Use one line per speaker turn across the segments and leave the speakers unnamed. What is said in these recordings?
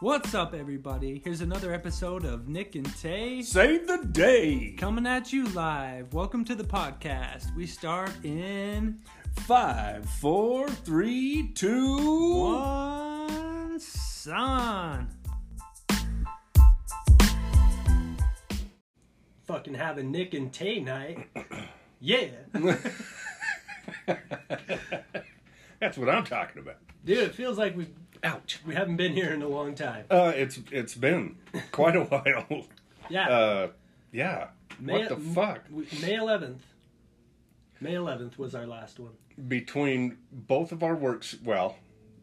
What's up, everybody? Here's another episode of Nick and Tay
Save the day.
coming at you live. Welcome to the podcast. We start in
Five, four, three, two.
one son. Fucking having Nick and Tay night. yeah,
That's what I'm talking about.
dude, it feels like we
Ouch.
we haven't been here in a long time.
Uh, it's it's been quite a while.
Yeah,
Uh, yeah.
May-
what the fuck?
we- May 11th. May 11th was our last one.
Between both of our works, well,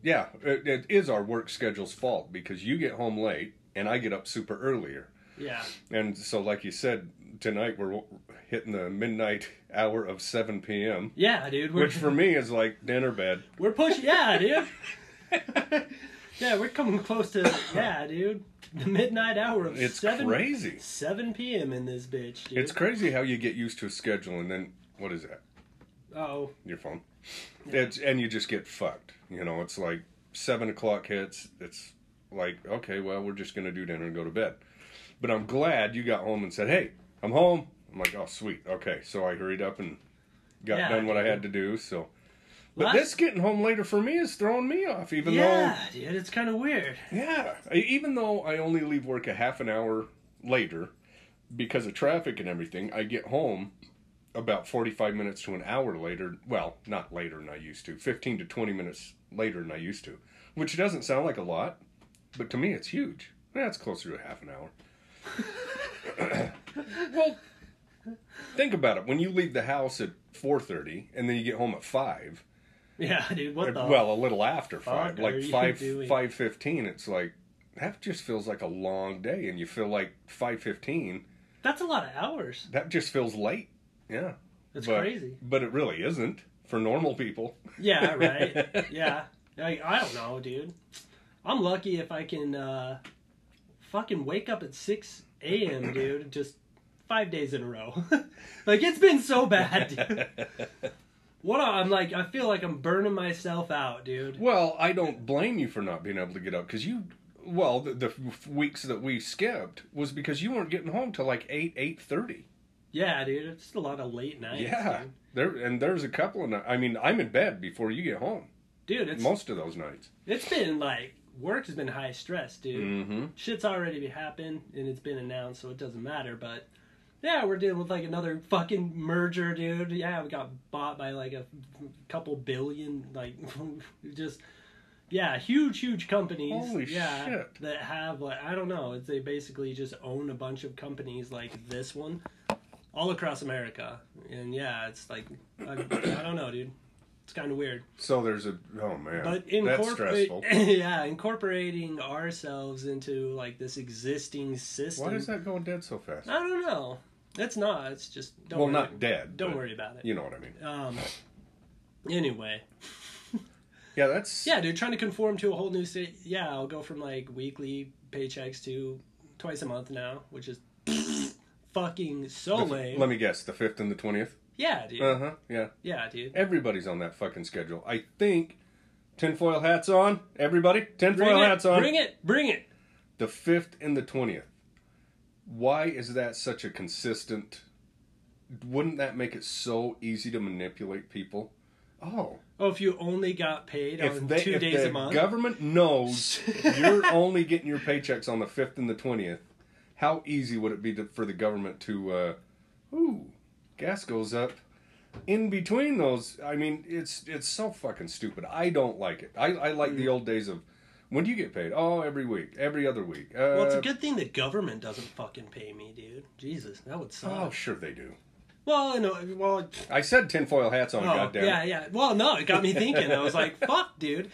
yeah, it, it is our work schedule's fault because you get home late and I get up super earlier.
Yeah.
And so, like you said, tonight we're hitting the midnight hour of 7 p.m.,
Yeah, dude. We're,
which for me is like dinner bed.
we're pushing. Yeah, dude. yeah, we're coming close to. Yeah, dude. The midnight hour of
It's
7,
crazy.
7 p.m. in this bitch, dude.
It's crazy how you get used to a schedule and then what is that?
oh,
Your phone. It's and you just get fucked. You know, it's like seven o'clock hits. It's like okay, well, we're just gonna do dinner and go to bed. But I'm glad you got home and said, "Hey, I'm home." I'm like, "Oh, sweet, okay." So I hurried up and got
Yeah,
done what I
dude.
had to do. So, but
Last-
this getting home later for me is throwing me off. Even
yeah, dude. It's kind of weird.
though, yeah, I- even though I only leave work a half an hour later because of traffic and everything, I get home about 45 minutes to an hour later. Well, not later than I used to, 15 to 20 minutes later than I used to, which doesn't sound like a lot, but to me it's huge. That's closer to half an hour. well, think about it. When you leave the house at 4:30 and then you get home at 5,
Yeah, dude. What the?
Uh, well, a little after
fuck
5,
are
like
you
5
doing?
5:15, it's like that just feels like a long day and you feel like 5:15
that's a lot of hours.
that just feels late. Yeah.
That's
But-
crazy.
But it really isn't for normal people.
Yeah, right. yeah. Like, I don't know, dude. I'm lucky if I can uh, fucking wake up at 6 a.m., dude, just five days in a row. like, it's been so bad, dude. What a- I'm like, I feel like I'm burning myself out, dude.
well, I don't blame you for not being able to get up because you. Well, the, the f- weeks that we skipped was because you weren't getting home till like eight eight thirty.
Yeah, dude, it's just a lot of late nights.
Yeah,
dude.
there and there's a couple of. ni- I mean, I'm in bed before you get home
Dude, it's
most of those nights.
it's been like work's been high stress, dude.
Mm-hmm.
shit's already happened and it's been announced, so it doesn't matter. But yeah, we're dealing with like another fucking merger, dude. Yeah, we got bought by like a couple billion, like just yeah, huge, huge companies.
Holy
yeah,
shit.
That have like I don't know. It's, they basically just own a bunch of companies like this one, all across America. And yeah, it's like I, I don't know, dude. It's kind of weird.
So there's a. Oh man,
But
that's
incorporate,
stressful.
yeah, incorporating ourselves into like this existing system.
Why is that going dead so fast?
I don't know. It's not. It's just don't
well,
worry.
not dead.
Don't
but
worry about it.
You know what I mean?
Um. Anyway,
Yeah, that's.
yeah, dude, trying to conform to a whole new state. Yeah, I'll go from like weekly paychecks to twice a month now, which is fucking so
the f-
lame.
Let me guess, the fifth and the twentieth.
yeah, dude.
Uh huh. Yeah.
yeah, dude.
Everybody's on that fucking schedule. I think tinfoil hats on. Everybody, tinfoil
Bring it,
hats on.
bring it. Bring it.
The 5th and the 20th. Why is that such a consistent. Wouldn't that make it so easy to manipulate people? Oh,
Oh, if you only got paid
if
on
they,
two
if
days
the
a month.
government knows you're only getting your paychecks on the 5th and the 20th, how easy would it be to, for the government to, uh, ooh, gas goes up in between those i mean it's it's so fucking stupid i don't like it i, I like the
Mm.
old days of when do you get paid oh every week every other week uh,
Well, it's a good thing the government doesn't fucking pay me, dude. Jesus, that would suck.
oh sure they do
well, you know, well,
i said tinfoil hats on
oh,
goddamn
yeah, yeah. Well, no, it got me thinking. I was like, fuck, dude.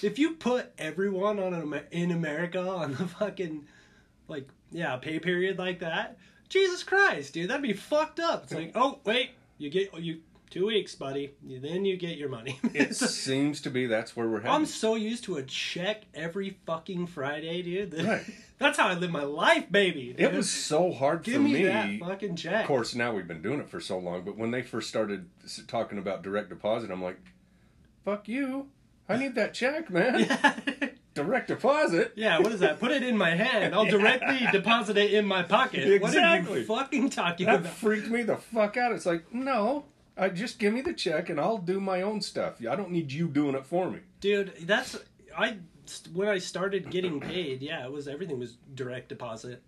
If you put everyone on an, Amer- in America on the fucking like yeah pay period like that, Jesus Christ, dude, that'd be fucked up. It's like, oh wait, you get you two weeks, buddy. You, then you get your money.
it seems to be that's where we're heading
I'm so used to a check every fucking Friday, dude. that-
Right.
That's how I live my life, baby.
it
dude.
was so hard
Give
for
me,
me
that fucking check.
of course now we've been doing it for so long but when they first started s- talking about direct deposit i'm like fuck you i need that check man direct deposit.
Yeah, what is that? Put it in my hand. I'll directly deposit it in my pocket. What are
Exactly.
you fucking talking
That
about?
freaked me the fuck out. It's like, no, I, just give me the check and I'll do my own stuff. I don't need you doing it for me.
Dude, that's I when I started getting paid, yeah, it was everything was direct deposit.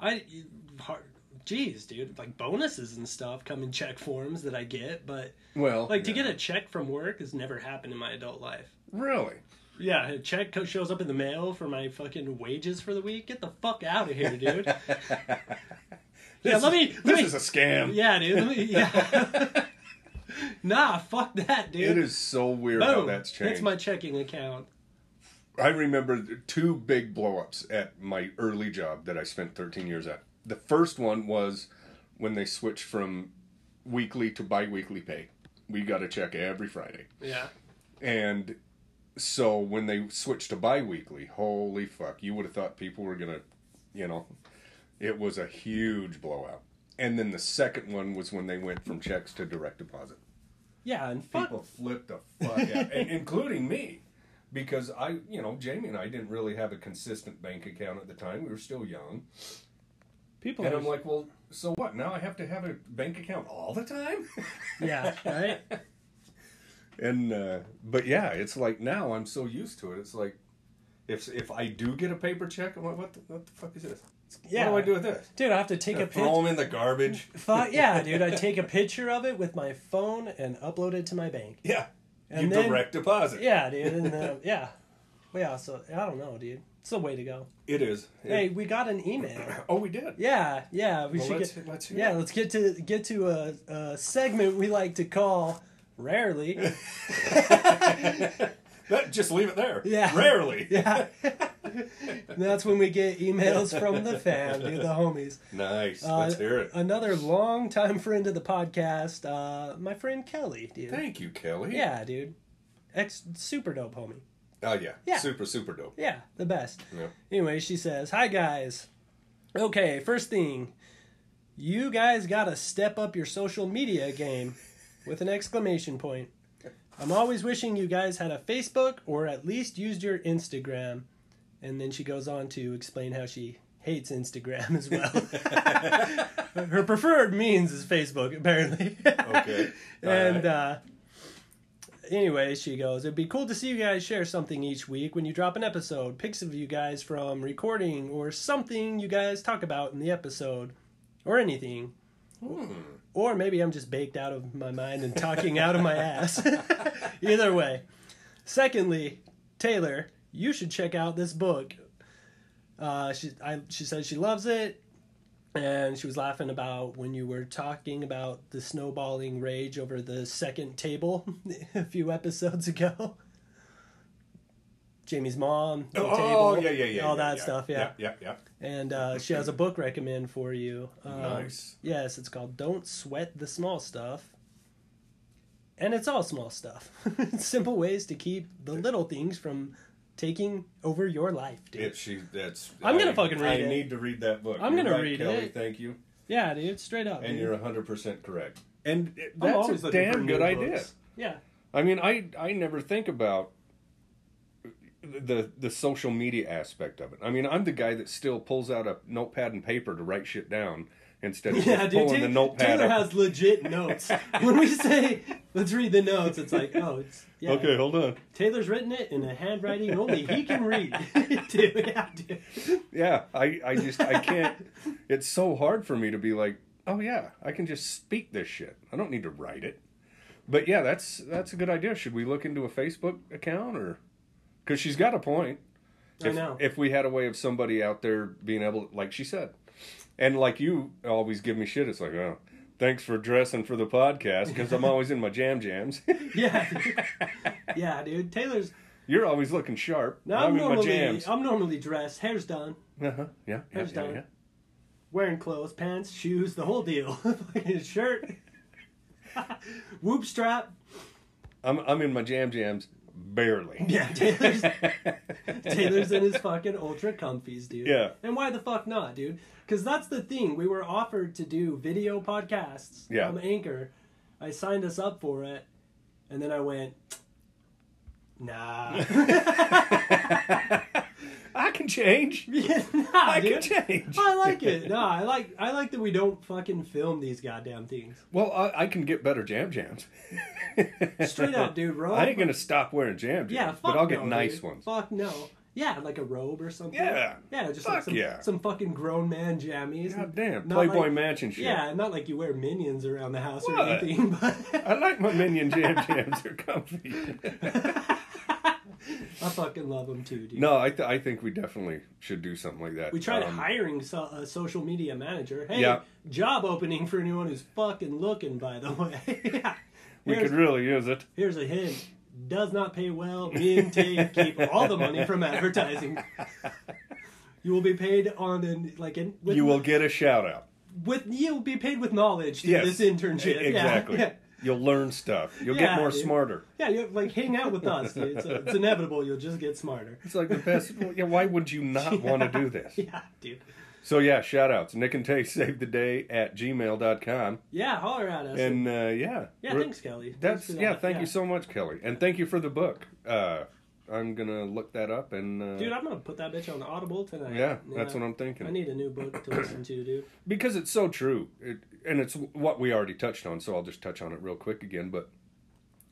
I hard, geez, dude, like bonuses and stuff come in check forms that I get, but
Well,
like to
yeah.
get a check from work has never happened in my adult life.
really.
Yeah, a check co- shows up in the mail for my fucking wages for the week. Get the fuck out of here, dude. yeah,
This
let me.
is-
Let
This
me
is a scam.
yeah, dude. Let me, yeah. nah, fuck that, dude.
It is so weird
Boom.
how that's changed.
That's my checking account.
I remember th- two big blowups at my early job that I spent 13 years at. The first one was when they switched from weekly to bi weekly pay. We got a check every Friday.
Yeah.
And so when they switched to bi weekly, holy fuck, you would have thought people were going to, you know, it was a huge blowout. And then the second one was when they went from checks to direct deposit
Yeah, and fuck
people flipped the fuck out, and including me, because I, you know, Jamie and I didn't really have a consistent bank account at the time. We were still young,
people.
and I'm like, well, so what? Now I have to have a bank account all the time.
yeah, right.
and uh, but yeah, it's like now I'm so used to it. It's like if if I do get a paper check, I'm like, what the, what the fuck is this?
Yeah.
What do I do with this?
Dude, I have to take a
Throw
picture.
them in the garbage.
yeah, dude, I take a picture of it with my phone and upload it to my bank.
Yeah.
And
you
then-
direct deposit.
Yeah, dude, and uh, yeah, Well, yeah. So I don't know, dude. It's the way to go.
It is.
Hey, we got an email.
Oh, we did.
Yeah, yeah. We
Well,
should
let's-
get.
let's hear
yeah,
it.
let's get to get to a, a segment we like to call rarely.
That, just leave it there.
Yeah.
Rarely.
Yeah. And that's when we get emails from the fam, dude, the homies.
Nice.
Uh,
Let's hear it.
Another longtime friend of the podcast, uh, my friend Kelly, dude.
Thank you, Kelly.
Yeah, dude. Ex super dope homie.
Oh yeah.
Yeah.
Super super dope.
Yeah, the best.
Yeah.
Anyway, she says, Hi guys. Okay, first thing. You guys gotta step up your social media game with an exclamation point. I'm always wishing you guys had a Facebook or at least used your Instagram. And then she goes on to explain how she hates Instagram as well. Her preferred means is Facebook, apparently.
Okay.
and
All right.
uh, anyway, she goes, It'd be cool to see you guys share something each week when you drop an episode. Pics of you guys from recording or something you guys talk about in the episode or anything.
Hmm.
Or maybe I'm just baked out of my mind and talking out of my ass. Either way. Secondly, Taylor, you should check out this book. Uh, she I, she says she loves it, and she was laughing about when you were talking about the snowballing rage over the second table a few episodes ago. Jamie's mom, the
oh
table,
yeah yeah yeah.
all
yeah,
that
yeah.
stuff, yeah.
Yeah yeah.
And uh, she has a book recommend for you. Um,
Nice.
Yes, it's called "Don't Sweat the Small Stuff," and it's all small stuff. Simple ways to keep the little things from taking over your life, dude.
It, she, that's,
I'm gonna
I-
fucking read
I
it.
need to read that book.
I'm
You're
gonna
right,
read
Kelly,
it.
Thank you.
yeah, dude, straight up.
And
dude.
you're 100% correct. And it,
I'm
that's
always
a
looking for
damn
new
good idea.
books. Yeah,
I mean, I I never think about the the social media aspect of it. I mean, I'm the guy that still pulls out a notepad and paper to write shit down instead of
yeah,
just
dude.
pulling
Taylor,
the notepad.
Taylor
up.
has legit notes. when we say let's read the notes, it's like, oh, it's yeah.
Okay, hold on.
Taylor's written it in a handwriting only he can read. dude, yeah, dude.
Yeah, I, I just I can't. it's so hard for me to be like, oh yeah, I can just speak this shit. I don't need to write it. But yeah, that's that's a good idea. Should we look into a Facebook account or? Because she's got a point.
I
If,
know.
If we had a way of somebody out there being able, like she said, and like you always give me shit. It's like, oh, thanks for dressing for the podcast because I'm always in my jam jams.
Yeah, dude. yeah, dude. Taylor's.
You're always looking sharp.
No,
I'm,
I'm,
in my
normally
jams.
I'm normally dressed, hair's done,
Uh-huh. Yeah. Yeah.
Hair's
Yeah.
done.
yeah.
wearing clothes, pants, shoes, the whole deal. Fucking shirt, whoop strap.
I'm I'm in my jam jams barely.
Yeah, Taylor's Taylor's in his fucking ultra comfies, dude.
Yeah.
And why the fuck not, dude? Because that's the thing. We were offered to do video podcasts
Yeah.
from Anchor. I signed us up for it, and then I went, Nah.
I can change.
Yeah, nah,
I
dude.
can change.
I like it. No, I like I like that we don't fucking film these goddamn things.
Well, I, I can get better jam jams.
Straight up, dude. Robe.
I ain't gonna stop wearing jam jams,
Yeah, fuck
but I'll get
no,
nice
dude.
ones.
Fuck no. Yeah, like a robe or something.
Yeah.
Yeah, just
Fuck
like some,
yeah.
some fucking grown man jammies.
God damn,
Not like-
Playboy Mansion shit.
Yeah, not like you wear minions around the house or
What?
anything, but
I like my minion jam jams. They're comfy.
I fucking love them too, dude.
no, I th- I think we definitely should do something like that.
We tried
Um,
hiring so, a social media manager. Hey,
Yeah.
job opening for anyone who's fucking looking, by the way. yeah.
We
Here's,
could really use it.
here's a hint. Does not pay well. Me and Tate keep all the money from advertising. You will be paid on an like an with,
You will get a shout out.
with you'll be paid with knowledge through
Yes,
this internship.
E- Exactly.
Yeah.
You'll learn stuff. You'll
Yeah,
get more
dude.
smarter.
Yeah, you like hang out with us, dude. It's, uh, it's inevitable. You'll just get smarter.
It's like the best. well, yeah, why would you not want to do this?
Yeah, dude.
So yeah, shout outs. Nick and Tay save the day at gmail.com.
Yeah, holler at us.
And uh, yeah.
yeah,
we're-
thanks, Kelly. Thanks
That's
for that.
yeah, thank you so much, Kelly. And thank you for the book. Uh, I'm gonna look that up and uh,
Dude, I'm gonna put that bitch on Audible tonight.
yeah, that's what I'm thinking.
I need a new book to listen to, dude.
because it's so true it, and it's what we already touched on so i'll just touch on it real quick again but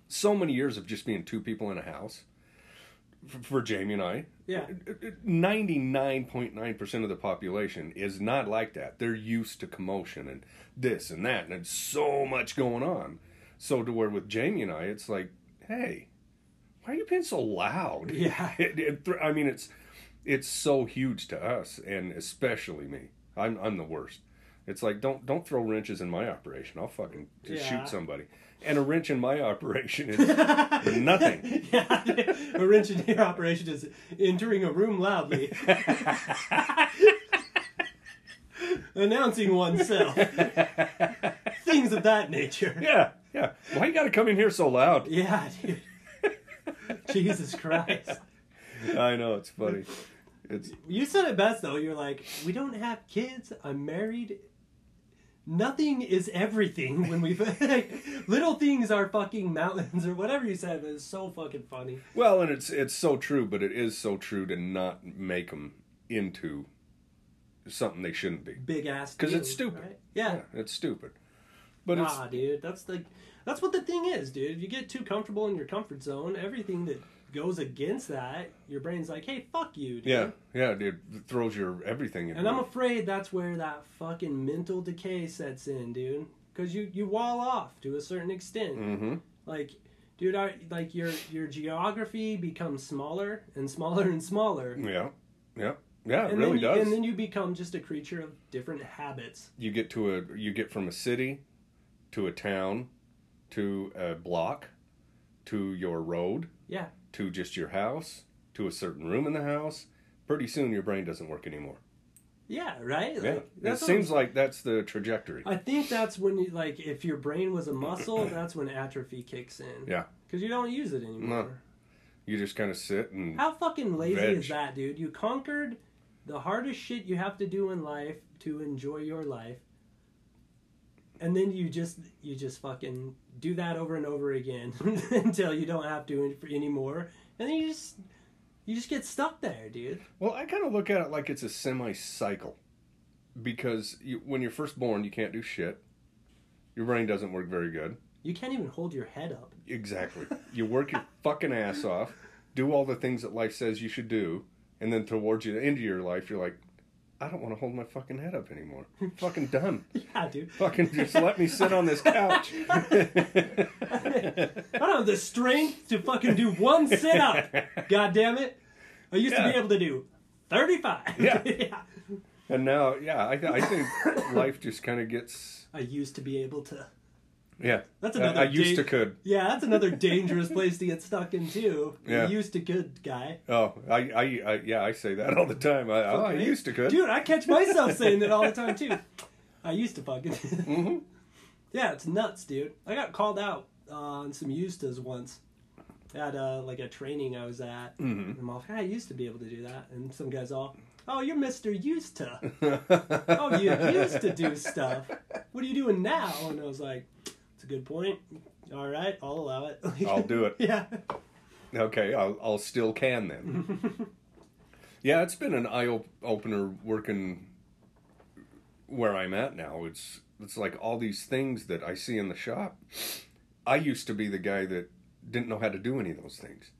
so many years of just being two people in a house for, for jamie and i
Yeah.
it- it- 99.9% of the population is not like that they're used to commotion and this and that and it's so much going on so to where with jamie and i it's like hey why are you being so loud
Yeah.
it, it thr- i mean it's it's so huge to us and especially me i'm i'm the worst it's like don't don't throw wrenches in my operation i'll fucking just
Yeah.
shoot somebody and a wrench in my operation is nothing
yeah, dude. a wrench in your operation is entering a room loudly, announcing oneself, things of that nature.
yeah yeah why you gotta come in here so loud
Yeah, dude. Jesus Christ.
i know it's funny it's
You said it best though. You're like, we don't have kids. I'm married. Nothing is everything when we little things are fucking mountains or whatever you said. But it's so fucking funny.
well and it's it's so true but it is so true to not make them into something they shouldn't be
Big ass.
'Cause
deal,
it's stupid.
right? Yeah.
it's stupid but it's
Nah, dude. That's like that's what the thing is, dude. You get too comfortable in your comfort zone. Everything that goes against that, your brain's like, hey, fuck you, dude.
yeah yeah dude it throws your everything in
And I'm
there.
afraid that's where that fucking mental decay sets in, dude. Because you you wall off to a certain extent.
Mhm.
Like, dude, I, like your your geography becomes smaller and smaller and smaller.
Yeah, yeah, yeah. It
and then you,
really does.
And then you become just a creature of different habits.
you get to a you get from a city to a town to a block to your road
Yeah.
to just your house to a certain room in the house. Pretty soon, your brain doesn't work anymore.
Yeah. Right.
Yeah,
Like,
it
what I'm
seems like that's the trajectory.
I think that's when you like if your brain was a muscle, that's when atrophy kicks in.
Yeah.
Because you don't use it anymore.
You just kind of sit and
How fucking lazy
Veg.
is that, dude? You conquered the hardest shit you have to do in life to enjoy your life. And then you just you just fucking do that over and over again until you don't have to any- anymore. And then you just you just get stuck there, dude.
well, I kind of look at it like it's a semi-cycle because you, when you're first born, you can't do shit. Your brain doesn't work very good.
You can't even hold your head up.
Exactly. You work your fucking ass off, do all the things that life says you should do, and then towards the end of your life, you're like, I don't want to hold my fucking head up anymore. I'm fucking done.
Yeah, dude.
Fucking just let me sit on this couch.
I don't have the strength to fucking do one sit up. God damn it. I used to
Yeah.
be able to do 35.
Yeah.
yeah.
and now, yeah, I, th- I think life just kind of gets.
I used to be able to.
Yeah.
That's
I-
another
I, used
date.
to could.
Yeah, that's another dangerous place to get stuck in too.
Yeah.
You used to good guy.
Oh, I, I, I, yeah, I say that all the time. I, oh, I
Right?
used to could.
Dude, I catch myself saying that all the time too. I used to fucking.
Mm-hmm.
Yeah, it's nuts, dude. I got called out uh, on some Eustas once at uh, like a training I was at.
Mm-hmm.
And I'm all, "Hey, I used to be able to do that, and some guys all, oh, you're Mister Eusta. oh, you used to do stuff. What are you doing now? And I was like, it's a good point. All right, I'll allow it.
I'll do it.
Yeah.
Okay, I'll, I'll still can then. yeah, it's been an eye op- opener working where I'm at now. It's it's like all these things that I see in the shop. I used to be the guy that didn't know how to do any of those things.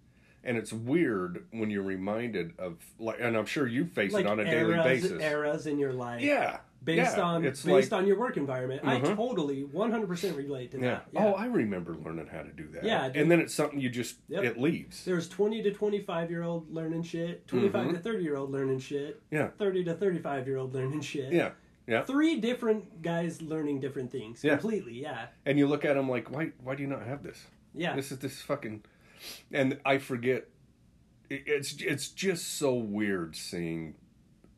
And it's weird when you're reminded of like and I'm sure you face
like
it on a daily
eras,
basis.
eras in your life.
Yeah.
Based
yeah,
on
it's
based
like,
on your work environment, I
Mhm.
totally 100% relate to
yeah.
that. Yeah.
Oh, I remember learning how to do that.
Yeah, dude.
And then it's something you just
Yep.
it leaves.
There's 20 to 25 year old learning shit, 25 to 30 year old learning shit,
Mm-hmm. Yeah.
30 to 35 year old learning shit.
Yeah. Yeah.
Three different guys learning different things
Yeah.
completely. Yeah.
And you look at them like, why? Why do you not have this?
Yeah.
This is this fucking. And I forget. It- It's it's just so weird seeing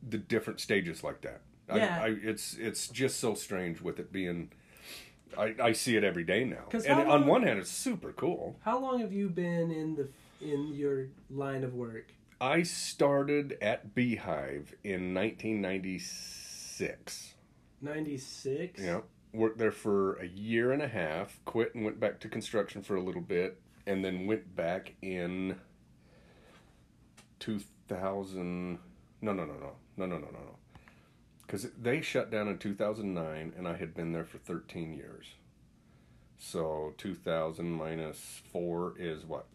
the different stages like that.
Yeah.
I, I, it's it's just so strange with it being. I, I see it every day now,
'Cause
and
how
on
long-
one hand, it's super cool.
How long have you been in the in your line of work?
I started at Beehive in 1996.
96.
Yeah. Worked there for a year and a half, quit and went back to construction for a little bit, and then went back in 2000. No, no, no, no. No, no, no, no, no. Because they shut down in 2009, and I had been there for 13 years. So 2000 minus 4 is what?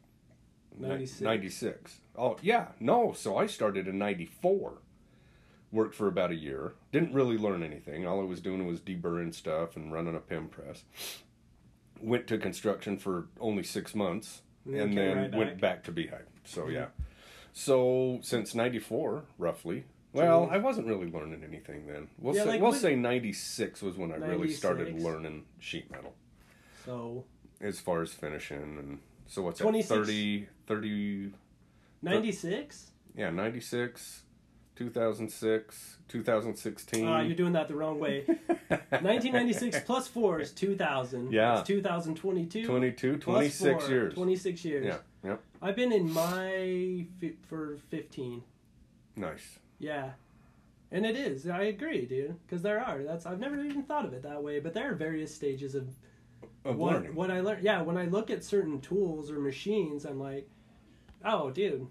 Ni-
96.
96. Oh, yeah. No, so I started in 94 worked for about a year. Didn't really learn anything. All I was doing was deburring stuff and running a pin press. Went to construction for only six months
And then
and,
came
then
right
went back to Beehive. So, yeah. So, since 94, roughly. Well, I wasn't really learning anything then. We'll,
Yeah,
say,
like
we'll
when-
say 96 was when I really started
96.
learning sheet metal
So
as far as finishing. And so, what's
26.
that? 30, 30,
96?
yeah, 96, 2006, 2016.
Ah, you're doing that the wrong way. 1996 plus 4 is 2000.
Yeah.
It's 2022.
22,
plus
26
four,
years.
26 years.
Yeah, yeah.
I've been in my fi- for 15.
Nice.
Yeah. And it is. I agree, dude. Because there are. That's I've never even thought of it that way. But there are various stages of
Of
what
learning.
what I learn. Yeah, when I look at certain tools or machines, I'm like, oh, dude,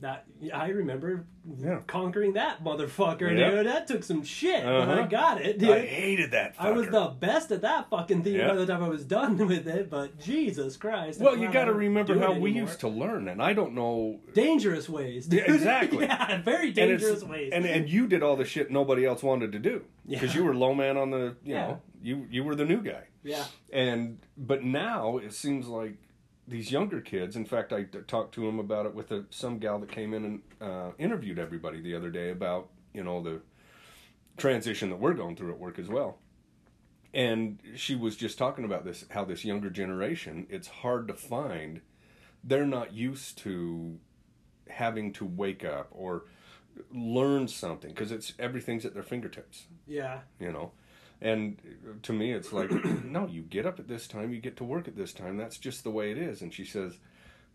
that I remember
Yeah.
conquering that motherfucker,
Yeah.
dude. That took some shit, but I
Uh-huh.
got it,
I
dude.
hated that. Fucker.
I was the best at that fucking thing by
Yeah.
the time I was done with it, but Jesus Christ. I'm
Well,
glad
you
I
got to
don't
remember
do it
how we
anymore.
used to learn, and I don't know.
Dangerous ways.
Yeah,
dude.
exactly.
yeah, very
and it's-
dangerous ways.
And and you did all the shit nobody else wanted to do because
Yeah.
you were low man on the you
Yeah.
know you you were the new guy.
yeah.
And but now it seems like these younger kids. In fact, I t- talked to him about it with a, some gal that came in and uh, interviewed everybody the other day about you know the transition that we're going through at work as well. And she was just talking about this how this younger generation it's hard to find. They're not used to having to wake up or learn something because it's everything's at their fingertips
Yeah.
you know and to me it's like no you get up at this time you get to work at this time that's just the way it is and she says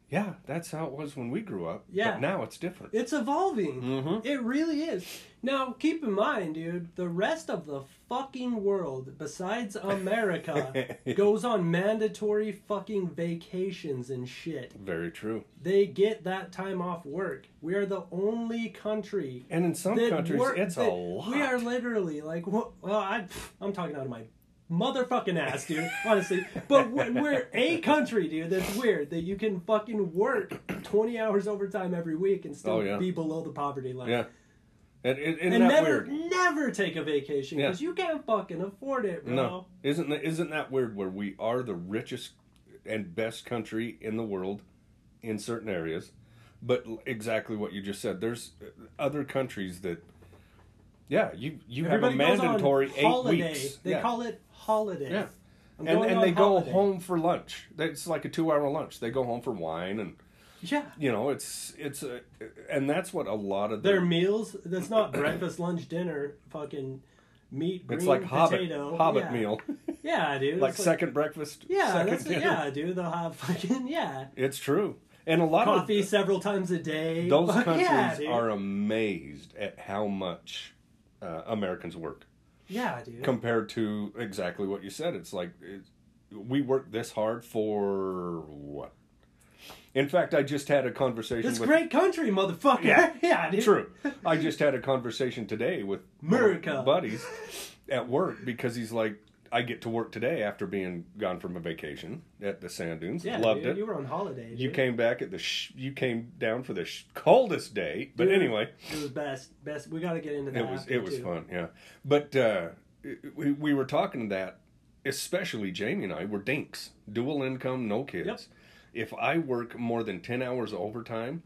yeah that's how it was when we grew up
Yeah.
but now it's different
It's evolving.
Mhm.
It really is. Now, keep in mind, dude, the rest of the fucking world, besides America, goes on mandatory fucking vacations and shit.
very true
They get that time off work. We are the only country
and in some
that
countries
work-
it's a
that-
lot
We are literally like, wha- well, I, I'm talking out of my motherfucking ass, dude. honestly, but we're, we're a country, dude. That's weird that you can fucking work 20 hours overtime every week and still
Oh, yeah.
be below the poverty line.
yeah and, and, isn't
And
that
never,
weird
never take a vacation because you can't fucking afford it, bro.
no isn't that, isn't that weird where we are the richest and best country in the world in certain areas but l- exactly what you just said there's uh, other countries that yeah you you
Everybody
have
goes
a
on
mandatory
holiday.
eight weeks
They
yeah.
call it holiday.
Yeah.
I'm
and,
going
and
on
they
holiday.
go home for lunch. They- It's like a two-hour lunch. They go home for wine, and
Yeah.
you know, it's it's a, and that's what a lot of
Their
their
meals, that's not breakfast, lunch, dinner, fucking meat, green
it's like Hobbit
potato.
Hobbit
yeah.
meal,
Yeah, dude.
like
It's
second breakfast.
Yeah,
second
that's
dinner.
yeah, dude. They'll have fucking yeah,
It's true, and a lot
coffee
of
several times a day.
Oh. those
Fuck
countries
yeah, dude.
are amazed at how much uh, Americans work
yeah, dude.
compared to exactly what you said. It's like it, we work this hard for what In fact, I just had a conversation
It's
with
great country, motherfucker.
Yeah.
dude.
True. I just had a conversation today with one of my
America.
buddies at work because he's like, I get to work today after being gone from a vacation at the sand dunes.
Yeah,
Loved
dude,
it.
You were on holiday.
You
dude.
came back at the sh- you came down for the sh- coldest day, but
Dude,
anyway,
It was best. Best. We got to get into that.
it was
after,
it was
too.
fun, yeah. But uh, it- we we were talking that, especially Jamie and I were dinks, dual income, no kids.
Yep.
If I work more than ten hours overtime,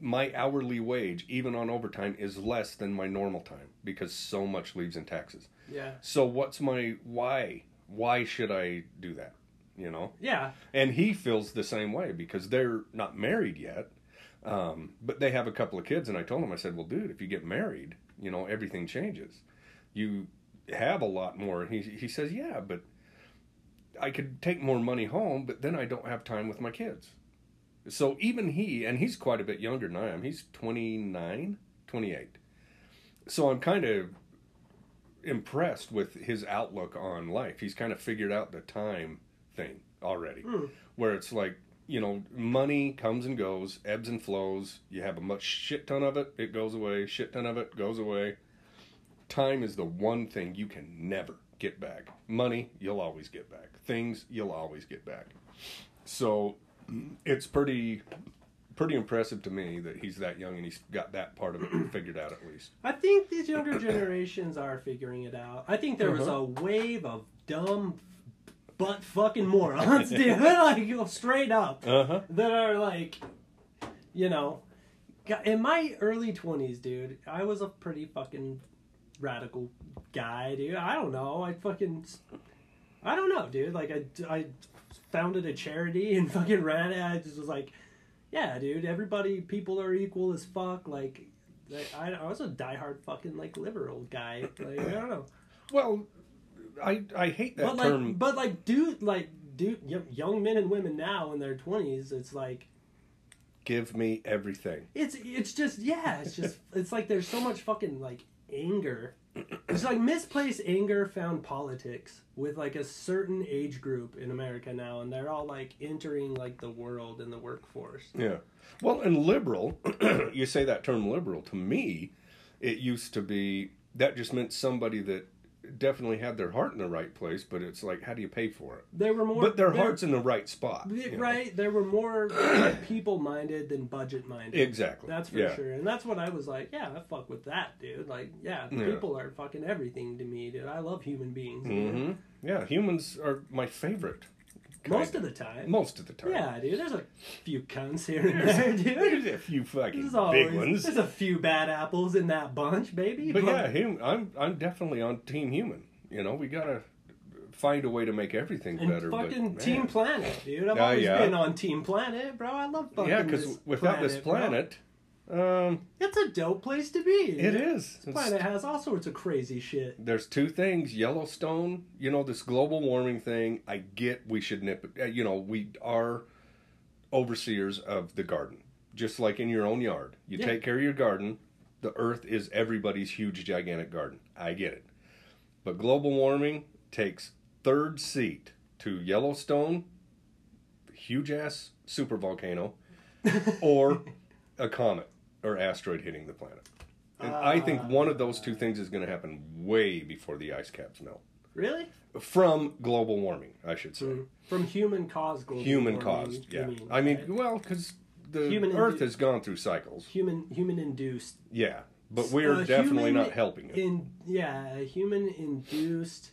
my hourly wage, even on overtime, is less than my normal time because so much leaves in taxes.
Yeah.
So what's my why? Why should I do that? You know.
Yeah.
And he feels the same way because they're not married yet, um, but they have a couple of kids. And I told him, I said, "Well, dude, if you get married, you know everything changes. You have a lot more." He he says, "Yeah, but I could take more money home, but then I don't have time with my kids." So even he, and he's quite a bit younger than I am. He's 29, 28. So I'm kind of impressed with his outlook on life. He's kind of figured out the time thing already,
Hmm.
where it's like, you know, money comes and goes, ebbs and flows. You have a much shit ton of it, it goes away, shit ton of it goes away. Time is the one thing you can never get back. Money, you'll always get back. Things, you'll always get back. So it's pretty pretty impressive to me that he's that young and he's got that part of it figured out at least.
I think these younger generations are figuring it out. I think there was
Uh-huh.
a wave of dumb butt fucking morons, dude. like straight up.
Uh-huh.
that are like, you know, Gu- in my early twenties, dude, I was a pretty fucking radical guy, dude. I don't know, I fucking, I don't know, dude. Like I, I founded a charity and fucking ran it. I just was like, yeah, dude. Everybody, people are equal as fuck. Like, like, I, I was a diehard fucking like liberal guy. Like I don't know
Well, I I hate that
but like,
term.
but like, dude, like, dude, y- young men and women now in their twenties, it's like,
Give me everything.
it's, it's just, yeah, it's just, it's like there's so much fucking like anger. It's like misplaced anger found politics with like a certain age group in America now, and they're all like entering like the world and the workforce.
Yeah. Well, and liberal, you say that term liberal. To me, it used to be that just meant somebody that definitely had their heart in the right place, but it's like, how do you pay for it?
There were more,
But their
there-
heart's in the right spot. you know?
right? There were more people-minded than budget-minded.
Exactly.
That's for
yeah.
sure. And that's what I was like, yeah, I fuck with that, dude. Like, yeah,
Yeah.
people are fucking everything to me, dude. I love human beings. dude.
hmm Yeah, humans are my favorite.
Most
kinda.
of the time.
Most of the time.
Yeah, dude. There's a few cunts here and there, dude.
There's a few fucking
There's always
big ones.
there's a few bad apples in that bunch, baby.
But yeah, him, I'm I'm definitely on Team Human. You know, we gotta find a way to make everything
and
better. but,
fucking
man.
Team Planet, dude. I've
Yeah,
always
yeah.
been on Team Planet, bro. I love fucking
yeah,
because
because without this planet, um,
it's a dope place to be.
it
dude.
is.
This planet has all sorts of crazy shit.
There's two things: Yellowstone. You know, this global warming thing. I get we should nip it. uh, You know, we are overseers of the garden, just like in your own yard. You
Yeah.
take care of your garden. The Earth is everybody's huge, gigantic garden. I get it, but global warming takes third seat to Yellowstone, huge ass super volcano, or a comet or asteroid hitting the planet. And I
Ah.
think one of those two things is going to happen way before the ice caps melt
Really?
from global warming, I should say.
From human caused global
Human
warming,
caused,
you
yeah.
mean,
I mean,
right?
well, because the
Human
Earth
indu-
has gone through cycles.
human human induced
Yeah, but we're
Uh,
definitely
human
not helping it.
in yeah human induced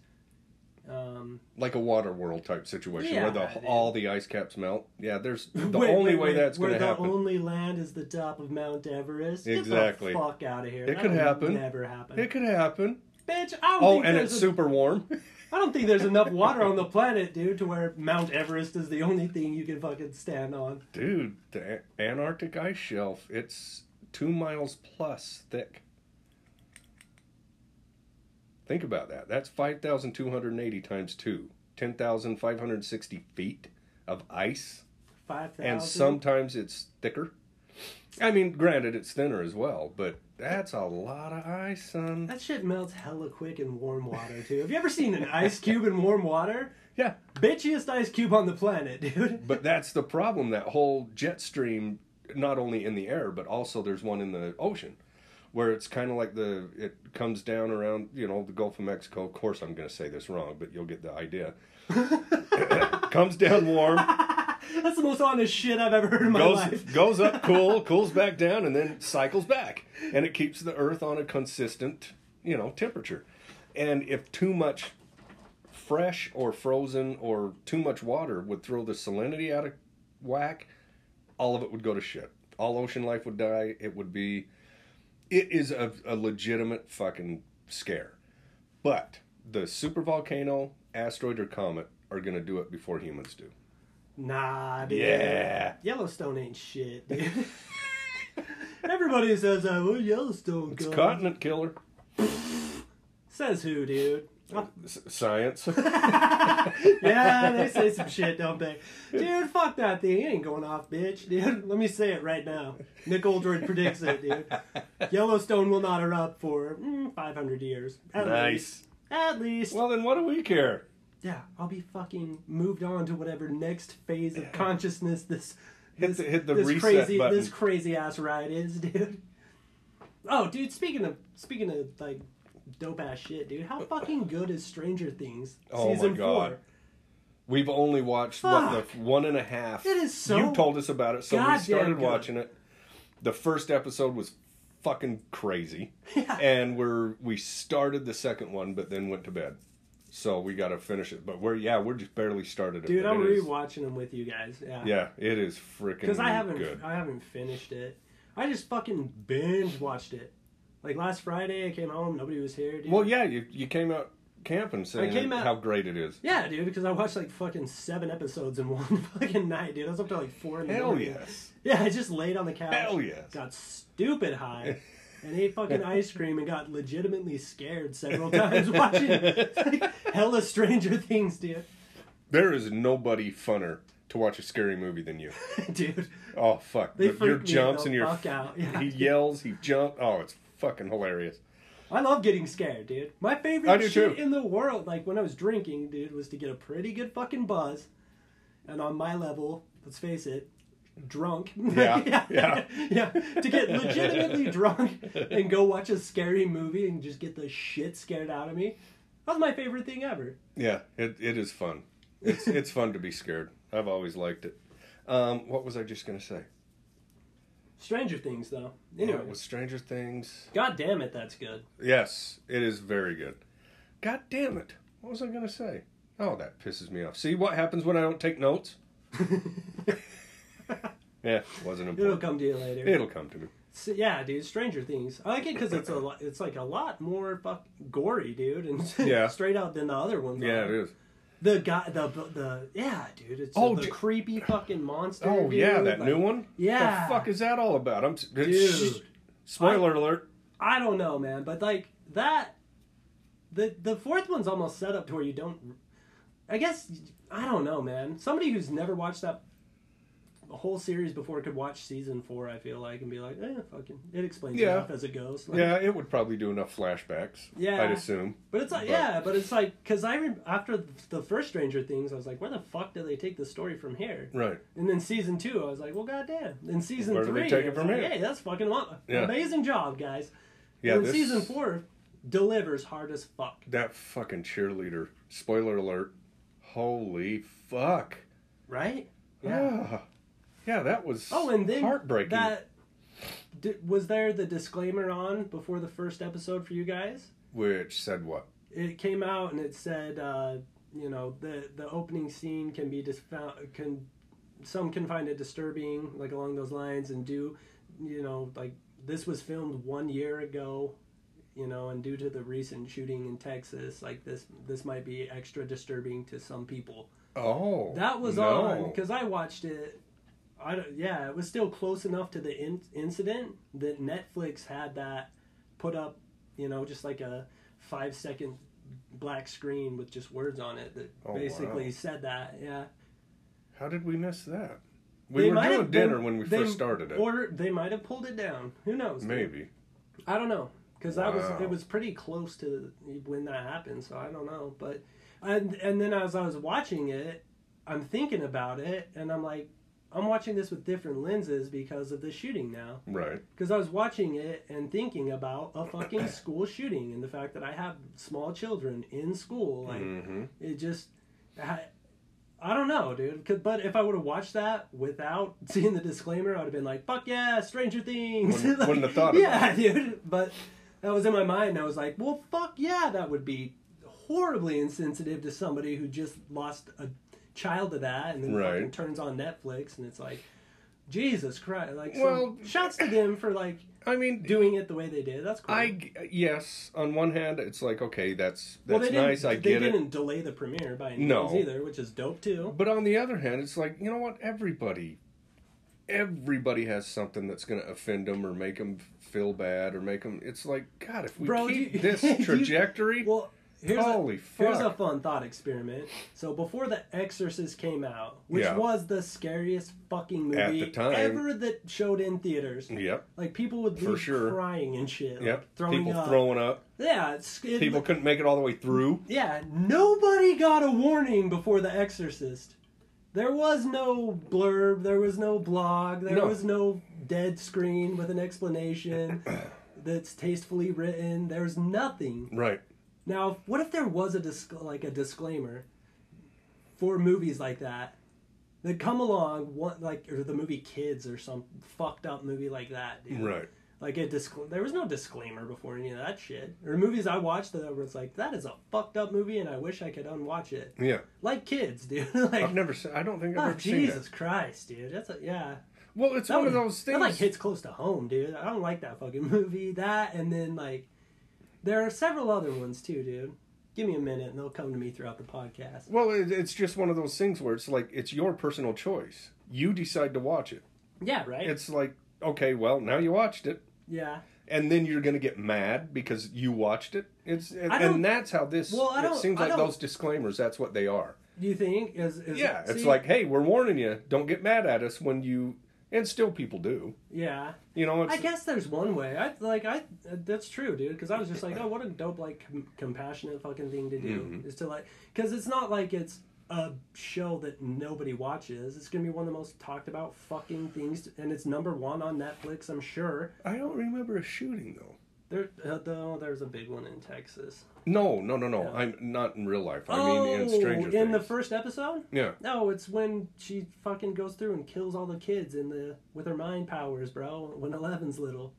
um
like a water world type situation where the,
Yeah, dude.
all the ice caps melt. Yeah, there's the
wait,
only
wait,
way
wait,
that's going
where
to happen.
the only land is the top of Mount Everest Get the
Exactly.
fuck out of here
It
That
could
would
happen.
never happen
it could happen.
bitch I don't
Oh,
think
and
there's
it's
a,
super warm.
I don't think there's enough water on the planet dude to where Mount Everest is the only thing you can fucking stand on
Dude, the A- Antarctic ice shelf, it's two miles plus thick. Think about that. That's 5,280 times two. 10,560 feet of ice.
five thousand
And sometimes it's thicker. I mean, granted, it's thinner as well, but that's a lot of ice, son.
that shit melts hella quick in warm water too have you ever seen an ice cube in warm water
Yeah.
Bitchiest ice cube on the planet, dude.
But that's the problem. That whole jet stream, not only in the air, but also there's one in the ocean, where it's kind of like the it comes down around you know the Gulf of Mexico. Of course, I'm going to say this wrong, but you'll get the idea. comes down warm,
That's the most honest shit I've ever heard in my
goes
life.
goes up cool, cools back down, and then cycles back, and it keeps the Earth on a consistent you know temperature. And if too much fresh or frozen or too much water would throw the salinity out of whack, all of it would go to shit. All ocean life would die. It would be. It is a, a legitimate fucking scare. But the super volcano, asteroid, or comet are going to do it before humans do.
Nah, dude.
Yeah.
Yellowstone ain't shit, dude. Everybody says, uh, well, Yellowstone
It's
gone."
continent killer.
Says who, dude?
S- science.
yeah, they say some shit, don't they? Dude, fuck that thing. It ain't going off, bitch, dude. Let me say it right now. Nick Oldroyd predicts it, dude. Yellowstone will not erupt for mm, 500 years. At Least. At least.
Well, then what do we care?
yeah, I'll be fucking moved on to whatever next phase of consciousness this
Hit
this,
the- hit the
this
reset
crazy
button.
this crazy ass ride is, dude. Oh, dude, speaking of speaking of like dope ass shit, dude. How fucking good is Stranger Things
Oh my
season
God. We've only watched what
Fuck.
the one and a half.
It is so
You told us about it, so we
goddamn
started
good.
watching it. The first episode was fucking crazy,
Yeah.
and we're we started the second one, but then went to bed. So we got to finish it. But we're yeah, we're just barely started it.
Dude,
but
I'm
it is-
rewatching them with you guys. Yeah.
Yeah, it is freaking.
Because I haven't
good.
I haven't finished it. I just fucking binge watched it. Like last Friday I came home, nobody was here, dude.
Well, yeah, you you came out camping saying
came out-
how great it is.
yeah, dude, because I watched like fucking seven episodes in one fucking night, dude. I was up till like four in the
Hell
morning.
yes.
Yeah, I just laid on the couch.
Hell yes.
Got stupid high and ate fucking ice cream and got legitimately scared several times watching like, hella Stranger Things, dude.
There is nobody funner to watch a scary movie than you.
Dude,
Oh fuck!
They
The- your
freak me
jumps
the
and your
fuck out, yeah.
he yells, he jumps. Oh, it's fucking hilarious.
I love getting scared, dude. My favorite
I do
shit
too.
in the world, like when I was drinking, dude, was to get a pretty good fucking buzz. And on my level, let's face it, drunk.
Yeah, yeah.
yeah. To get legitimately drunk and go watch a scary movie and just get the shit scared out of me. That was my favorite thing ever.
Yeah, it, it is fun. It's it's fun to be scared. I've always liked it. Um, what was I just gonna say?
Stranger Things, though.
Yeah,
Anyway,
it was Stranger Things.
God damn it, that's good.
Yes, it is very good. God damn it! What was I gonna say? Oh, that pisses me off. See what happens when I don't take notes? Yeah, wasn't
It'll
important.
come to you later.
It'll come to me.
So, yeah, dude, Stranger Things. I like it because it's a lot, it's like a lot more fuck gory, dude, and
Yeah.
straight out than the other ones.
Yeah,
are.
it is.
The guy, the the yeah, dude. It's
Oh,
the
ju-
creepy fucking monster.
Oh yeah,
dude,
that
like-
new one.
Yeah.
the fuck is that all about? I'm
Dude.
Spoiler alert.
I don't know, man, but like that, the the fourth one's almost set up to where you don't. I guess I don't know, man. Somebody who's never watched that whole series before could watch season four. I feel like and be like, eh, fucking, it explains
Yeah.
enough as it goes. Like,
Yeah, it would probably do enough flashbacks.
Yeah.
I'd assume.
But it's like,
But-
yeah, but it's like, because I rem after the first Stranger Things, I was like, where the fuck did they take the story from here?
Right.
And then season two, I was like, well, goddamn. And season
Where do
three,
they take it
I was
from
like,
here?
hey, that's fucking lo-
Yeah.
amazing job, guys.
Yeah.
and then
this-
season four delivers hard as fuck.
That fucking cheerleader. Spoiler alert. Holy fuck.
Right?
Ah. yeah, that was.
Oh, and then
heartbreaking.
that di was there the disclaimer on before the first episode for you guys?
Which said what?
it came out and it said, uh, you know, the the opening scene can be dis- found, can some can find it disturbing, like along those lines, and do, you know, like this was filmed one year ago, you know, and due to the recent shooting in Texas, like this this might be extra disturbing to some people.
Oh,
That was
no.
on because I watched it. I don't, yeah, it was still close enough to the in- incident that Netflix had that put up, you know, just like a five second black screen with just words on it that
Oh,
basically
wow.
said that. Yeah,
How did we miss that? We
They
were
might
doing
have been-
dinner when we
they
first started it.
Or they might have pulled it down. Who knows?
Maybe.
I don't know because that was
Wow.
it was pretty close to when that happened, so I don't know. But and and then as I was watching it, I'm thinking about it, and I'm like, I'm watching this with different lenses because of the shooting now.
Right.
Because I was watching it and thinking about a fucking school shooting and the fact that I have small children in school. Like
Mm-hmm.
it just, I, I don't know, dude. 'Cause- But if I would have watched that without seeing the disclaimer, I'd have been like, "Fuck yeah, Stranger Things."
Wouldn't-
Like,
wouldn't have thought of
Yeah, dude. But that was in my mind. and I was like, "Well, fuck yeah, that would be horribly insensitive to somebody who just lost a child to that, and then
Right.
fucking turns on Netflix, and it's like." Jesus Christ! Like, so
Well-
shouts to them for like
I mean,
doing it the way they did. That's cool.
I g- yes. On one hand, it's like okay, that's
well,
that's
they
nice.
Didn't,
I
they
get it.
didn't delay the premiere by any
No.
means either, which is dope too.
But on the other hand, it's like you know what? Everybody, everybody has something that's going to offend them or make them feel bad or make them. It's like God, if we
Bro,
keep
you-
this
you-
trajectory,
Well, here's
Holy
a, here's a
fuck.
fun thought experiment. So before The Exorcist came out, which
Yeah.
was the scariest fucking movie
At the time.
ever that showed in theaters,
yep,
like people would
For
leave
sure.
crying and shit,
yep.
like, throwing
people
up.
throwing up.
yeah, it's, it,
People couldn't make it all the way through.
yeah. Nobody got a warning before The Exorcist. There was no blurb. There was no blog. There
No.
was no dead screen with an explanation that's tastefully written. There's nothing.
Right.
Now, what if there was a disc- like a disclaimer for movies like that that come along, what like or the movie Kids or some fucked up movie like that, dude.
Right.
Like a discl- there was no disclaimer before any of that shit. Or movies I watched that was like that is a fucked up movie and I wish I could unwatch it.
Yeah.
Like Kids, dude. like
I've never seen. I don't think I've
oh,
ever seen
Jesus Christ, dude. That's a, yeah.
that. Well, it's one of
would-
those things.
Oh, That like hits close to home, dude. I don't like that fucking movie. That and then like there are several other ones too, dude. Give me a minute and they'll come to me throughout the podcast.
well, it, it's just one of those things where it's like it's your personal choice. You decide to watch it.
Yeah, right?
It's like okay, well, now you watched it.
yeah.
and then you're going to get mad because you watched it. It's and,
I don't-
and that's how this.
Well, I
it
don't-
seems
I
like
don't-
those disclaimers. That's what they are.
Do you think is, is
yeah, it's
see?
like, hey, we're warning you. Don't get mad at us when you. And still, people do.
Yeah.
You know, it's
I guess there's one way. I like I that's true, dude, cuz I was just like, oh, what a dope like com- compassionate fucking thing to do
Mm-hmm.
is to like cuz it's not like it's a show that nobody watches. It's going to be one of the most talked about fucking things and it's number 1 on Netflix, I'm sure.
I don't remember a shooting though.
There, uh, though, there's a big one in Texas.
No, no, no, no. I'm not in real life. I mean, in Stranger
Oh, in the
Things.
first episode?
yeah,
No, it's when she fucking goes through and kills all the kids in the with her mind powers, bro. When Eleven's little,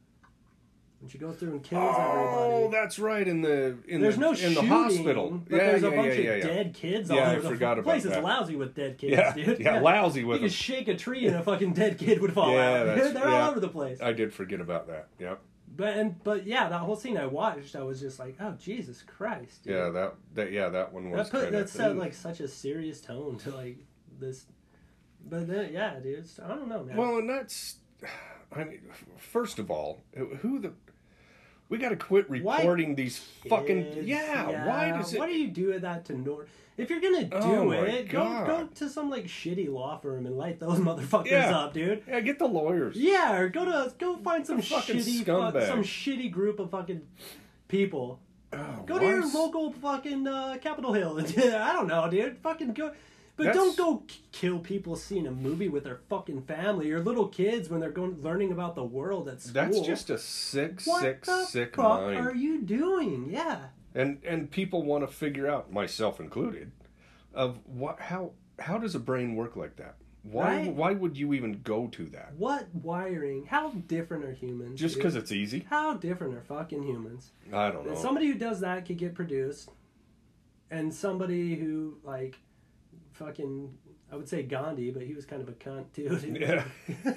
when she goes through and kills
Oh,
everybody.
that's right. In the in
There's
the
no
in
shooting,
the hospital.
but
yeah,
there's
yeah,
a bunch
yeah, yeah,
of
yeah.
dead kids.
Yeah,
all
I
over the
forgot
the
about
place
that.
is lousy with dead kids,
Yeah,
dude.
yeah, lousy with
You could
them.
shake a tree and a fucking dead kid would fall
Yeah,
out.
that's-
They're
yeah.
all over the place.
I did forget about that. Yep.
But and but yeah, that whole scene I watched, I was just like, oh Jesus Christ, dude.
Yeah, that that yeah that one was
That put
kind
that
of
set like such a serious tone to like this, but then yeah, dude, it's, I don't know, man.
Well, and that's, I mean, first of all, who the, we got to quit
Why
reporting these fucking.
Kids,
Yeah, why does it?
Why do you do that to Nor? If you're gonna do
Oh my
it, go go
God.
to some like shitty law firm and light those motherfuckers
Yeah.
up, dude.
yeah, get the lawyers.
Yeah, or go to go find some
fucking
shitty fuck,
scumbag.
some shitty group of fucking people.
Oh,
Go
why
to your
is-
local fucking uh, Capitol Hill. I don't know, dude. Fucking go. But
That's-
don't go k- kill people seeing a movie with their fucking family or little kids when they're going learning about the world at school.
That's just a sick,
what
sick,
the
sick
fuck
mind.
are you doing? Yeah,
And and people want to figure out, myself included, of what how how does a brain work like that? Why
Right?
why would you even go to that?
what wiring? How different are humans?
Just
dude?
because it's easy?
How different are fucking humans?
I don't know.
Somebody who does that could get produced, and somebody who like fucking. I would say Gandhi, but he was kind of a cunt too. dude.
yeah.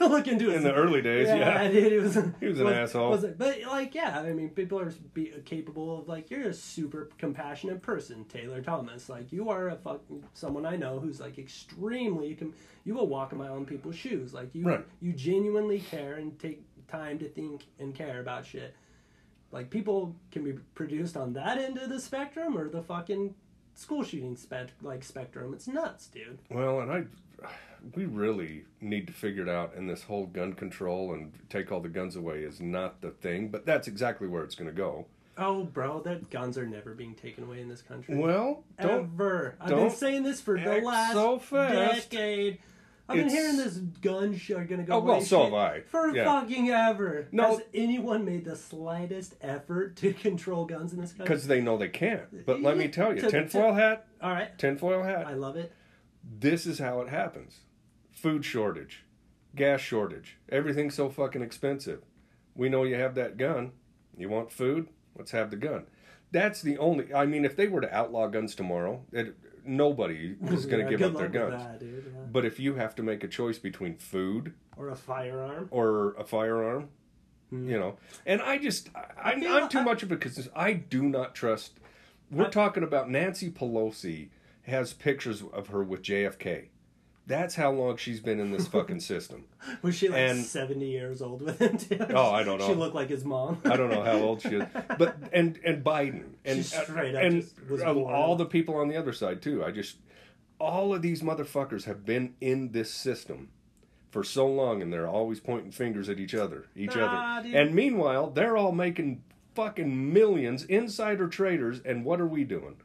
Look into his
In the early days,
yeah,
yeah.
dude, he was.
He was an asshole.
it- but like, yeah, I mean, people are be, capable of like, you're a super compassionate person, Taylor Thomas. Like, you are a fuck someone I know who's like extremely. Com- you will walk a mile in people's shoes. Like you,
Right.
you genuinely care and take time to think and care about shit. Like people can be produced on that end of the spectrum or the fucking school shooting spec like spectrum. It's nuts, dude.
Well, and I, we really need to figure it out. And this whole gun control and take all the guns away is not the thing, but that's exactly where it's going to go.
Oh, bro, that guns are never being taken away in this country.
Well, don't
ever. I've
don't
been saying this for the
act
last
so fast.
decade. I've
It's-
been hearing this gun sh- are gonna go
Oh, well,
away
so
shit
have I.
for
Yeah.
fucking ever.
No.
Has anyone made the slightest effort to control guns in this country?
because they know they can't. But let me tell you,
To- to-
tinfoil hat,
all right,
tinfoil hat.
I love it.
This is how it happens: food shortage, gas shortage, everything's so fucking expensive. We know you have that gun. You want food? Let's have the gun. That's the only. I mean, if they were to outlaw guns tomorrow, it, nobody is going
Yeah,
to give
good
up their
luck with
guns.
that, dude, yeah.
But if you have to make a choice between food
Or a firearm.
or a firearm, you know. And I just, I, I'm,
feel
I'm too
Hmm. I-
much of a because I do not trust. We're talking about Nancy Pelosi has pictures of her with JFK. That's how long she's been in this fucking system.
Was she like
And-
seventy years old with him too?
Oh, I don't know. Uh,
She looked like his mom.
I don't know how old she is, but and and Biden and
She straight up
and
just was
of
born.
all the people on the other side too. I just all of these motherfuckers have been in this system for so long, and they're always pointing fingers at each other, each
Ah,
other.
dude.
And meanwhile, they're all making fucking millions, insider traders. And what are we doing?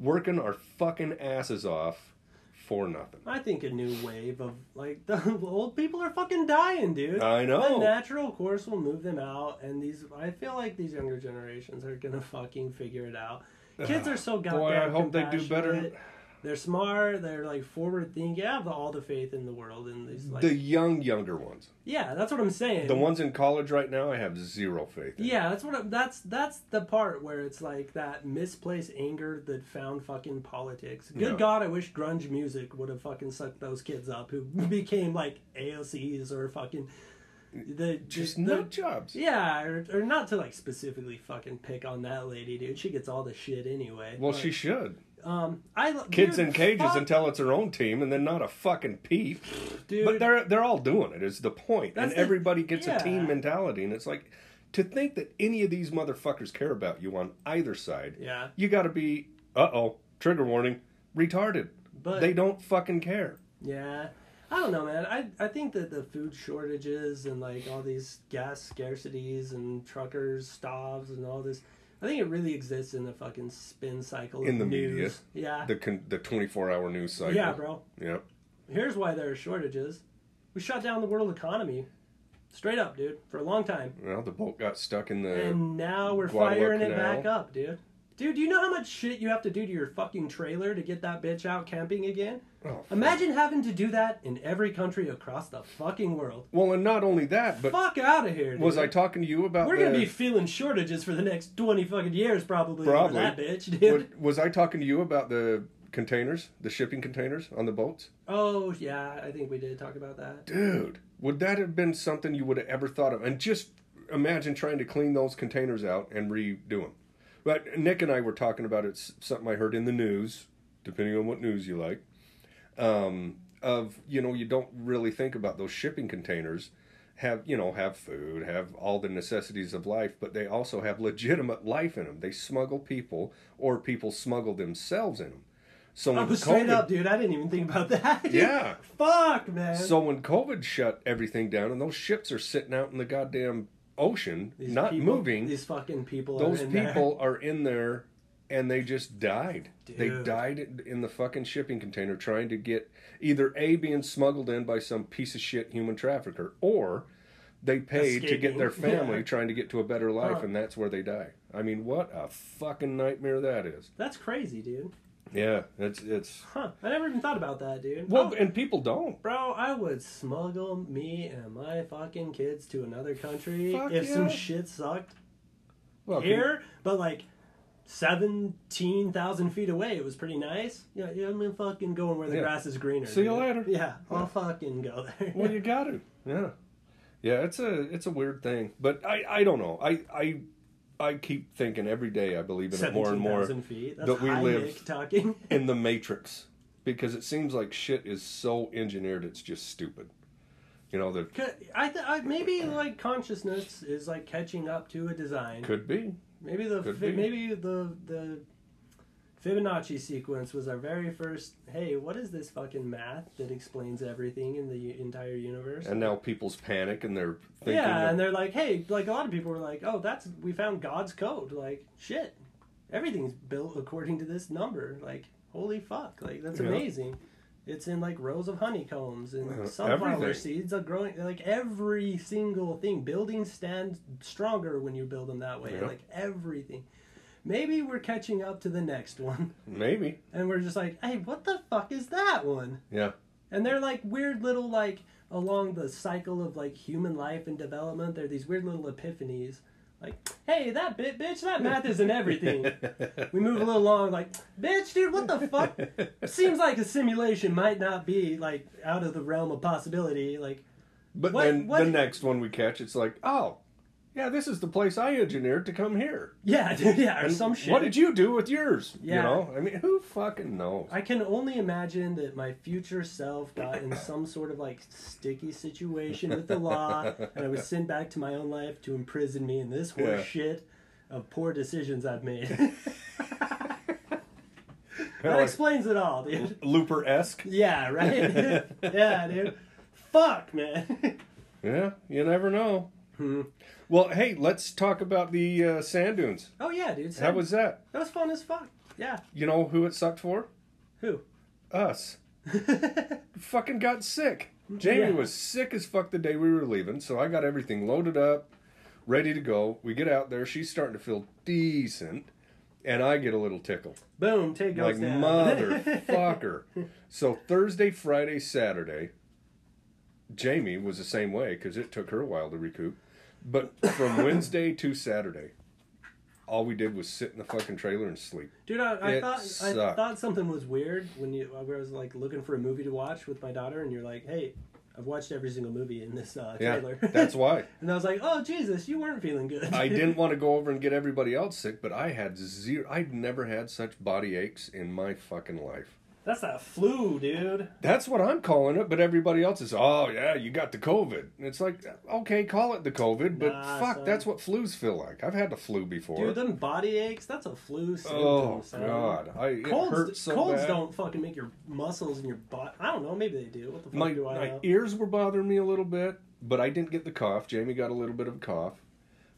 Working our fucking asses off for nothing.
I think a new wave of like the old people are fucking dying, dude.
I
The
know.
natural course will move them out, and these I feel like these younger generations are gonna fucking figure it out. Kids are so goddamn.
Boy, I hope they do better.
compassionate. They're smart. They're like forward thinking. I have all the faith in the world in these. Like,
The young, younger ones,
yeah, that's what I'm saying.
the ones in college right now, I have zero faith. In.
Yeah, that's what I, that's that's the part where it's like that misplaced anger that found fucking politics. Good
Yeah.
God, I wish grunge music would have fucking sucked those kids up who became like AOCs or fucking the
Just
the-
no jobs.
Yeah, or, or not to like specifically fucking pick on that lady, dude. She gets all the shit anyway.
Well,
But,
she should.
um, I lo-
Kids
dude,
in cages
fuck,
until it's her own team, and then not a fucking peep.
dude.
But they're they're all doing it. Is the point? and
That's the-
everybody gets a
yeah.
team mentality, and it's like to think that any of these motherfuckers care about you on either side.
yeah,
You got to be uh oh trigger warning retarded.
But-
they don't fucking care.
Yeah. I don't know, man. I, I think that the food shortages and like all these gas scarcities and truckers stops and all this, I think it really exists in the fucking spin cycle of
In the media.
news. Yeah.
The con- the twenty four hour news cycle.
Yeah, bro.
Yeah.
Here's why there are shortages. We shut down the world economy, straight up, dude, for a long time,
Well, the boat got stuck in the.
and now we're
Guadalupe
firing it
Canal.
back up, dude. Dude, do you know how much shit you have to do to your fucking trailer to get that bitch out camping again?
Oh,
Imagine having to do that in every country across the fucking world.
well, and not only that, but
Fuck out of here. Dude.
was I talking to you about?
We're gonna
the-
be feeling shortages for the next twenty fucking years, probably.
Probably.
Probably. That bitch, dude.
What- was I talking to you about the containers, the shipping containers on the boats?
Oh yeah, I think we did talk about that.
Dude, would that have been something you would have ever thought of? And just imagine trying to clean those containers out and redo them. But Nick and I were talking about it, s- something I heard in the news, depending on what news you like, um, of, you know, you don't really think about those shipping containers have, you know, have food, have all the necessities of life, but they also have legitimate life in them. They smuggle people or people smuggle themselves in them. So
I
when
was straight
COVID
up, dude. I didn't even think about that. dude.
Yeah.
Fuck, man.
So when COVID shut everything down and those ships are sitting out in the goddamn ocean,
These
not
people-
moving,
These fucking people.
those
are in
people are in there and they just died. They
Dude.
died in- in the fucking shipping container trying to get either A, being smuggled in by some piece of shit human trafficker, or they paid to get their
Escaping.
family
Yeah.
trying to get to a better life
Huh.
and that's where they die. I mean, what a fucking nightmare that
There.
is.
That's crazy, dude.
Yeah, it's it's
Huh? I never even thought about that, dude.
well,
Oh,
and people don't.
Bro, I would smuggle me and my fucking kids to another country
Fuck
if
yeah.
some shit sucked
Well,
here, but like seventeen thousand feet away, it was pretty nice. Yeah, yeah, I'm fucking going where the
Yeah.
grass is greener.
See you
dude.
later.
Yeah, I'll fucking go there.
Well, you got to. Yeah, yeah. It's a it's a weird thing, but I I don't know. I I I keep thinking every day. I believe in it more and
Seventeen
more
thousand feet. That's
that we
high
live-
Nick talking.
in the matrix because it seems like shit is so engineered. It's just stupid. You know, there
'Cause I, th- I maybe like consciousness is like catching up to a design.
could be.
Maybe the
Could
fi-
be.
maybe the the Fibonacci sequence was our very first. Hey, what is this fucking math that explains everything in the u- entire universe?
And now people's panic and they're thinking.
yeah,
of-
and they're like, hey, like a lot of people were like, oh, that's we found God's code. Like, shit, everything's built according to this number. Like, holy fuck, like that's
Yeah.
amazing. It's in like rows of honeycombs and
Yeah,
sunflower
everything.
seeds are growing. Like every single thing, buildings stand stronger when you build them that way.
Yeah.
Like everything. Maybe we're catching up to the next one,
Maybe.
and we're just like, hey, what the fuck is that one?
Yeah.
And they're like weird little like along the cycle of like human life and development. They're these weird little epiphanies. Like, hey, that bit, bitch, that math isn't everything. We move a little along, like, bitch, dude, what the fuck? Seems like a simulation might not be like out of the realm of possibility. Like,
But
What-
then
what-
the next one we catch, it's like, oh, yeah, this is the place I engineered to come here.
yeah, dude, yeah, or
And
some shit.
What did you do with yours? You
Yeah.
know, I mean, who fucking knows?
I can only imagine that my future self got in some sort of like sticky situation with the law, and I was sent back to my own life to imprison me in this horse
Yeah.
shit of poor decisions I've made.
Kinda
that
like
explains it all, dude.
Looper esque.
Yeah, right? yeah, dude. Fuck, man.
Yeah, you never know.
Hmm.
Well, hey, let's talk about the uh, sand dunes.
oh, yeah, dude.
How was that?
that was fun as fuck. Yeah.
You know who it sucked for?
Who?
Us. fucking got sick.
Yeah.
Jamie was sick as fuck the day we were leaving, so I got everything loaded up, ready to go. We get out there, she's starting to feel decent, and I get a little tickle.
Boom, take goes
Like
down.
motherfucker. so Thursday, Friday, Saturday, Jamie was the same way because it took her a while to recoup. But from Wednesday to Saturday, all we did was sit in the fucking trailer and sleep.
Dude, I, I
It
thought I
sucked.
thought something was weird when you when I was like looking for a movie to watch with my daughter, and you're like, "Hey, I've watched every single movie in this uh,
Yeah,
trailer."
that's why
and I was like, "Oh Jesus, you weren't feeling good."
I didn't want to go over and get everybody else sick, but I had zero. I'd never had such body aches in my fucking life.
That's that flu, dude.
That's what I'm calling it, but everybody else is, oh yeah, you got the COVID. And it's like, okay, call it the COVID, but
Nah,
fuck,
son.
that's what flus feel like. I've had the flu before.
Dude, them body aches. That's a flu symptom.
oh
son.
god, I it
Colds,
hurt so
colds
bad.
don't fucking make your muscles and your butt. I don't know. Maybe they do. What the fuck
My,
do I
my
know?
ears were bothering me a little bit, but I didn't get the cough. Jamie got a little bit of a cough,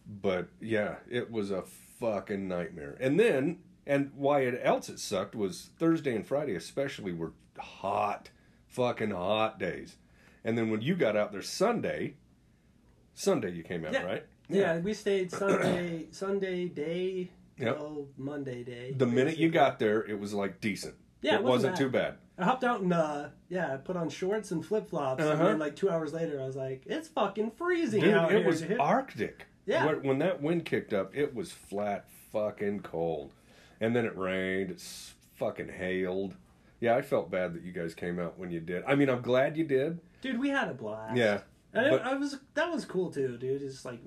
but yeah, it was a fucking nightmare. And then, and why it else it sucked was Thursday and Friday, especially, were hot, fucking hot days. And then when you got out there Sunday, Sunday you came out
Yeah.
right.
yeah. we stayed Sunday, Sunday day,
Yep.
till Monday day.
The minute you got there, it was like decent.
Yeah,
it
it
wasn't
wasn't
too bad.
I hopped out and uh yeah, I put on shorts and flip flops,
Uh-huh.
and then like two hours later, I was like, "It's fucking freezing
Dude,
out
it
here."
was
dude."
arctic.
Yeah.
When, when that wind kicked up, it was flat fucking cold. And then it rained, it s- fucking hailed. Yeah, I felt bad that you guys came out when you did. I mean, I'm glad you did.
dude, we had a blast.
Yeah.
and it-
but-
I was that was cool too, dude. It's like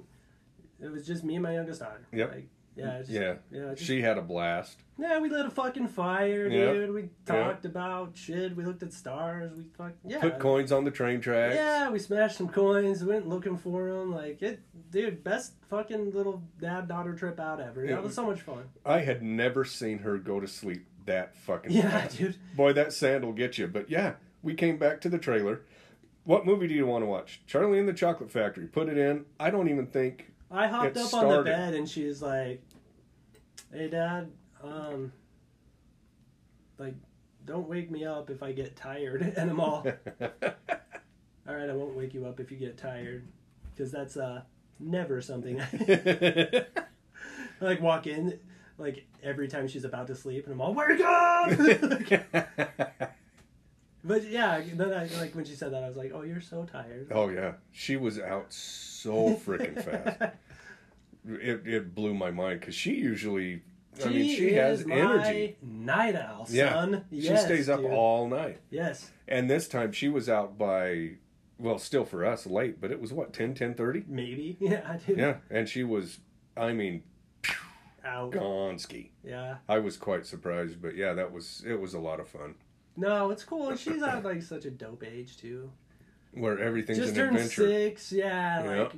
it was just me and my youngest daughter.
Yep.
Like, yeah. Just,
Yeah.
Yeah. Just,
She had a blast.
yeah. We lit a fucking fire,
Yeah.
dude. We talked about shit. We looked at stars. We fuck yeah.
Put coins on the train tracks.
yeah, we smashed some coins. Went looking for them. Like it, dude. Best fucking little dad daughter trip out ever.
Yeah.
That was so much fun.
I had never seen her go to sleep that fucking
Yeah,
fast.
dude.
Boy, that sand will get you. But yeah, we came back to the trailer. What movie do you want to watch? Charlie and the Chocolate Factory. Put it in. I don't even think
I hopped
It
up on the
started.
bed and she's like, "Hey, Dad, um, like, don't wake me up if I get tired." And I'm all, "All right, I won't wake you up if you get tired, because that's uh never something." I like walk in, like every time she's about to sleep, and I'm all, "Wake up!" but yeah, then I like when she said that, I was like, "Oh, you're so tired."
oh yeah, she was out so freaking fast. It it blew my mind because she usually, I mean, she has
is my
energy.
Night owl, son.
Yeah,
Yes,
she stays up
dude.
all night.
Yes.
And this time she was out by, well, still for us late, but it was what 10, 10.30?
Maybe. Yeah, I do.
Yeah, and she was, I mean,
Out.
gone ski.
Yeah.
I was quite surprised, but yeah, that was it was a lot of fun.
No, it's cool. And she's at like such a dope age too.
Where everything's
Just
an
turned
adventure.
six. Yeah.
Yeah.
Like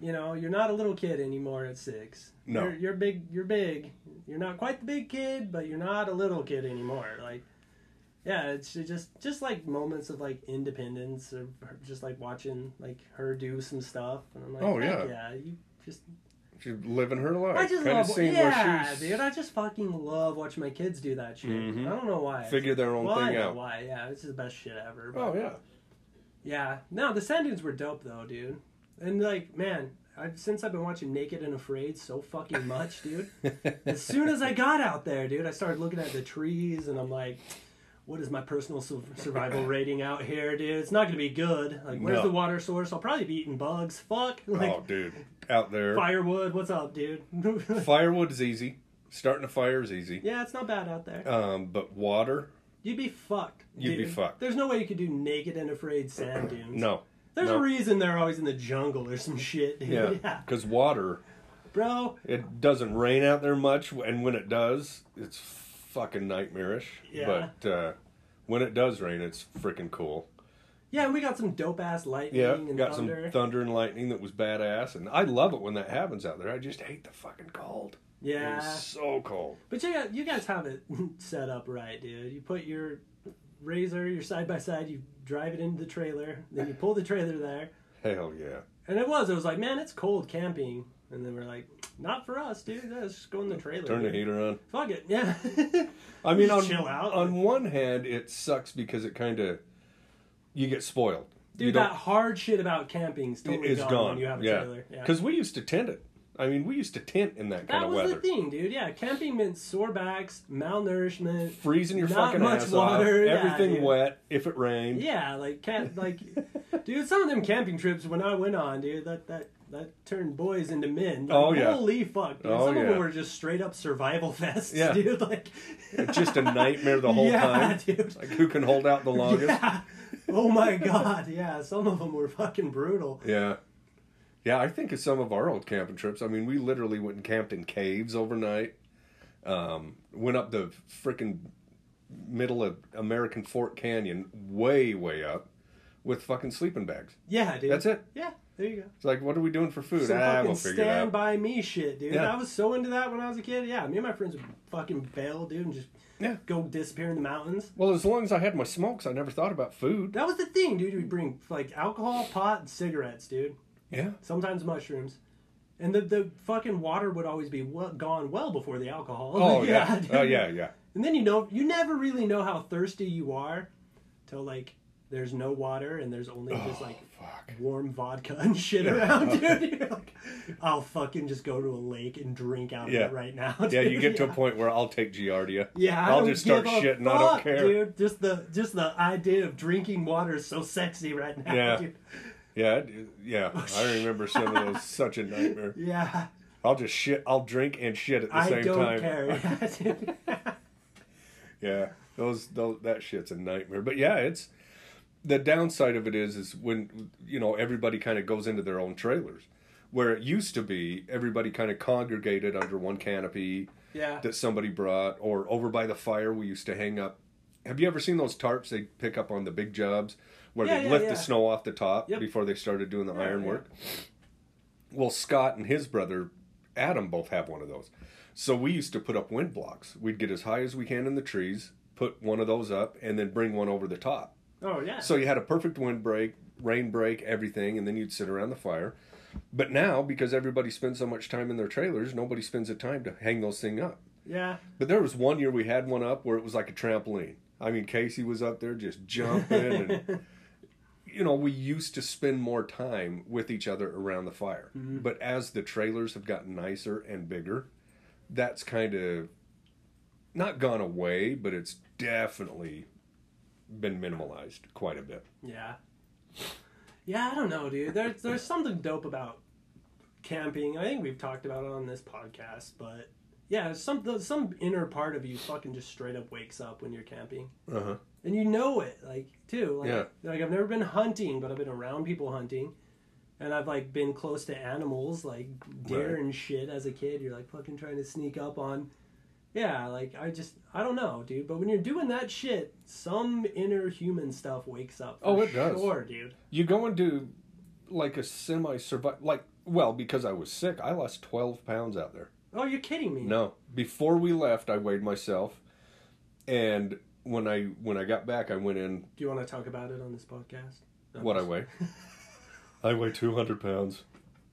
You know, you're not a little kid anymore at six.
No.
you're, you're big. You're big. You're not quite the big kid, but you're not a little kid anymore. Like, yeah, it's just just like moments of like independence, or her- just like watching like her do some stuff, and I'm like,
Oh,
heck
yeah.
yeah, you just
She's living her life.
I just
Kinda
love,
seen
yeah,
where she's
dude. I just fucking love watching my kids do that shit.
Mhm.
I don't know why.
figure their own
well, I
thing
know
out.
why? Yeah, it's the best shit ever. but-
Oh yeah.
yeah. No, the sand dunes were dope though, dude. And like, man, I've, since I've been watching Naked and Afraid so fucking much, dude. As soon as I got out there, dude, I started looking at the trees, and I'm like, what is my personal su- survival rating out here, dude? It's not gonna be good. Like, where's
No.
the water source? I'll probably be eating bugs. Fuck. Like,
oh dude, out there.
firewood. What's up, dude?
Firewood is easy. Starting a fire is easy.
yeah, it's not bad out there.
Um, but water,
You'd be fucked.
You'd be
dude.
fucked.
There's no way you could do naked and afraid sand dunes.
no.
There's
no.
a reason they're always in the jungle or some shit, dude.
Yeah,
yeah.
because water,
Bro,
it doesn't rain out there much, and when it does, it's fucking nightmarish.
Yeah.
But uh, when it does rain, it's freaking cool.
Yeah, and we got some dope ass lightning
Yeah,
and
got
thunder.
some thunder and lightning that was badass, and I love it when that happens out there. I just hate the fucking cold.
yeah,
It's so cold.
but you got, you guys have it set up right, dude. You put your razor, your side by side, you drive it into the trailer, then you pull the trailer there,
Hell yeah.
and it was. It was like, man, it's cold camping, and then we're like, not for us, dude. Let's just go in the trailer.
Turn the
dude.
heater on.
Fuck it, yeah.
I mean,
Just
on,
chill out.
on one hand, it sucks because it kind of you get spoiled. you
Dude, that hard shit about camping's totally
it's
gone,
gone.
when you have a
yeah,
trailer. Yeah.
because we used to tent it. I mean, we used to tent in that kind
That
of
was
weather.
the thing, dude. Yeah, camping meant sore backs, malnourishment,
Freezing your
Not
fucking
much
ass
water, yeah,
off. Everything
dude.
wet. If it rained,
Yeah, like cat, like, dude, some of them camping trips when I went on, dude, that that that turned boys into men. Like,
Oh, yeah.
holy fuck, dude.
Oh,
some of them
yeah.
were just straight up survival fests,
Yeah.
dude. Like,
it's just a nightmare the whole
yeah,
time.
dude.
Like who can hold out the longest?
yeah. Oh my god, yeah. Some of them were fucking brutal.
Yeah. Yeah, I think of some of our old camping trips. I mean, we literally went and camped in caves overnight. Um, went up the frickin' middle of American Fort Canyon, way, way up, with fucking sleeping bags.
Yeah, dude.
That's it.
Yeah, there you go.
It's like, what are we doing for food?
Some
ah,
fucking
we'll figure it
stand
out.
by me shit, dude.
Yeah.
I was so into that when I was a kid. Yeah, me and my friends would fucking bail, dude, and just
Yeah.
go disappear in the mountains.
Well, as long as I had my smokes, I never thought about food.
That was the thing, dude. We'd bring like alcohol, pot, and cigarettes, dude.
Yeah.
sometimes mushrooms. And the, the fucking water would always be well, gone well before the alcohol.
Oh yeah.
dude.
Oh yeah, yeah.
And then you know you never really know how thirsty you are till like there's no water and there's only just like
Fuck.
warm vodka and shit around, dude. You're like, I'll fucking just go to a lake and drink out
Yeah.
of it right now.
Yeah,
dude.
you get to a point where I'll take Giardia.
Yeah, I
I'll
don't
just start
give a
shitting. I don't
fuck,
care.
dude. Just the just the idea of drinking water is so sexy right now.
Yeah.
dude.
Yeah, it- yeah. I remember some of those. Such a nightmare.
yeah.
I'll just shit. I'll drink and shit at the
I
same
don't
time.
care. Yeah, dude.
Yeah, those, those that shit's a nightmare. But yeah, it's the downside of it is is when you know everybody kind of goes into their own trailers, where it used to be everybody kind of congregated under one canopy
yeah.
that somebody brought, or over by the fire we used to hang up. Have you ever seen those tarps they pick up on the big jobs where
Yeah,
they
yeah,
lift
yeah.
the snow off the top
Yep.
before they started doing the
Yeah,
iron
yeah.
work? Well, Scott and his brother Adam both have one of those. So we used to put up wind blocks. We'd get as high as we can in the trees, put one of those up, and then bring one over the top.
Oh yeah.
So you had a perfect wind break, rain break, everything, and then you'd sit around the fire. But now, because everybody spends so much time in their trailers, nobody spends the time to hang those thing up.
yeah.
But there was one year we had one up where it was like a trampoline. I mean, Casey was up there just jumping, and you know, we used to spend more time with each other around the fire. But as the trailers have gotten nicer and bigger, that's kind of not gone away, but it's definitely been minimalized quite a bit.
Yeah. Yeah, I don't know, dude. There's there's something dope about camping. I think we've talked about it on this podcast, but yeah, some there's some inner part of you fucking just straight up wakes up when you're camping,
Uh huh.
and you know it, like too. Like,
Yeah.
Like I've never been hunting, but I've been around people hunting, and I've like been close to animals, like deer
Right.
and shit. As a kid, you're like fucking trying to sneak up on. Yeah, like I just I don't know, dude. But when you're doing that shit, some inner human stuff wakes up. For
Oh, it does.
sure, dude.
You go into like a semi survival, like well, because I was sick, I lost 12 pounds out there.
Oh, you're kidding me.
No, before we left, I weighed myself, and when I when I got back, I went in
Do you want to talk about it on this podcast? No,
what I
just-
weigh. I weigh 200 pounds.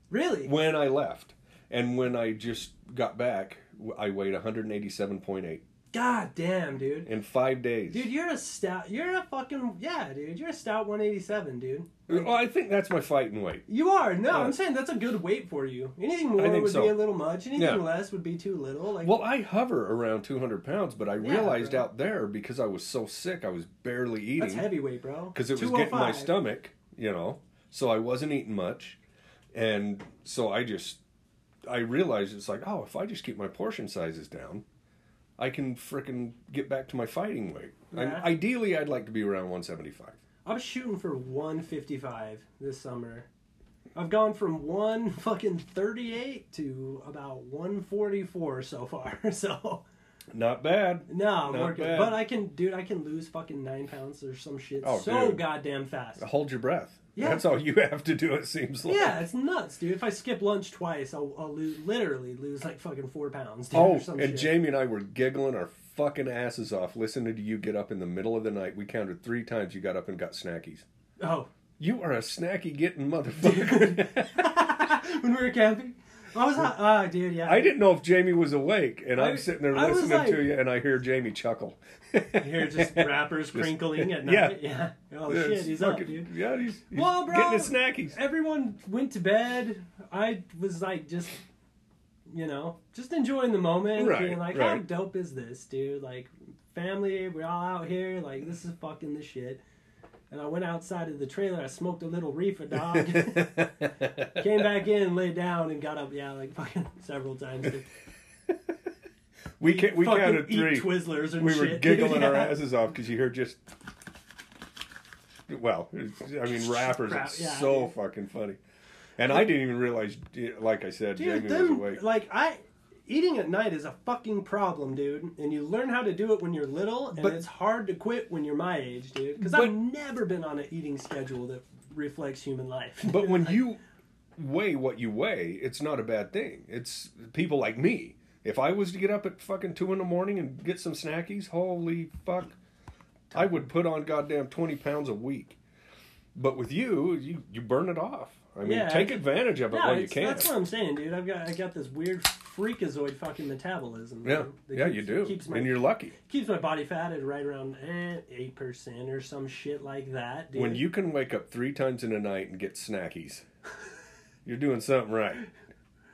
Really?
When I left, and when I just got back, w- I weighed 187.8
God damn, dude.
in five days.
Dude, you're a stout. You're a fucking yeah, dude. You're a stout 187, dude.
well, I think that's my fighting weight.
You are. No,
Yeah.
I'm saying that's a good weight for you. Anything more
think
would
so.
be a little much. Anything
Yeah.
less would be too little. Like
Well, I hover around 200 pounds, but I
Yeah,
realized
bro.
out there because I was so sick, I was barely
that's
eating
heavyweight, bro.
because it was getting my
205.
stomach, you know. So I wasn't eating much, and so I just I realized it's like, oh, if I just keep my portion sizes down, I can frickin' get back to my fighting weight. And
Yeah.
ideally, I'd like to be around 175.
I'm shooting for 155 this summer. I've gone from one fucking 38 to about 144 so far. So
Not bad.
no, I'm
Not
working.
bad.
But I can, dude. I can lose fucking nine pounds or some shit
Oh,
so
dude.
goddamn fast.
Hold your breath.
Yeah.
That's all you have to do. It seems like.
Yeah, it's nuts, dude. If I skip lunch twice, I'll, I'll lose, literally lose like fucking four pounds. Dude,
Oh,
or some
and
shit.
Jamie and I were giggling our fucking asses off listening to you get up in the middle of the night. We counted three times you got up and got snackies.
oh,
You are a snacky getting motherfucker.
when we were camping, I was like, oh, dude, yeah.
I didn't know if Jamie was awake, and I,
I-
am sitting there
I was
listening to
like-
you, and I hear Jamie chuckle.
I hear just rappers crinkling at
yeah.
night. Yeah. Oh
Yeah,
shit,
it's
he's up,
fucking-
dude.
Yeah, he's, he's
Well, bro.
getting his snackies.
Everyone went to bed. I was like, just, you know, just enjoying the moment,
Right,
being like, how
right.
dope is this, dude? Like, family, we're all out here. Like, this is fucking the shit. And I went outside of the trailer. I smoked a little reefer, dog. Came back in, laid down, and got up. Yeah, like fucking several times. to
we ca- we
fucking
counted
eat
three.
Twizzlers and
We
shit.
were
dude,
giggling our
yeah.
asses off because you hear just. Well, it's- I mean, rappers.
Rap-
It's
yeah,
so fucking funny, and I didn't even realize. Like I said,
Dude,
Jamie was
them,
awake.
like I eating at night is a fucking problem, dude. And you learn how to do it when you're little, and
But-
it's hard to quit when you're my age, dude. Because
But-
I've never been on an eating schedule that reflects human life.
But when you weigh what you weigh, it's not a bad thing. It's people like me. If I was to get up at fucking two in the morning and get some snackies, holy fuck, I would put on goddamn twenty pounds a week. But with you, you you burn it off. I mean,
Yeah,
take
I-
advantage of it
yeah,
while you
it's-
can.
that's what I'm saying, dude. I've got I got this weird freakazoid fucking metabolism.
Yeah,
dude, that
yeah,
keeps-
you do,
Keeps my
and you're lucky.
keeps my body fat at right around eh, eight percent or some shit like that, dude.
When you can wake up three times in a night and get snackies, you're doing something right.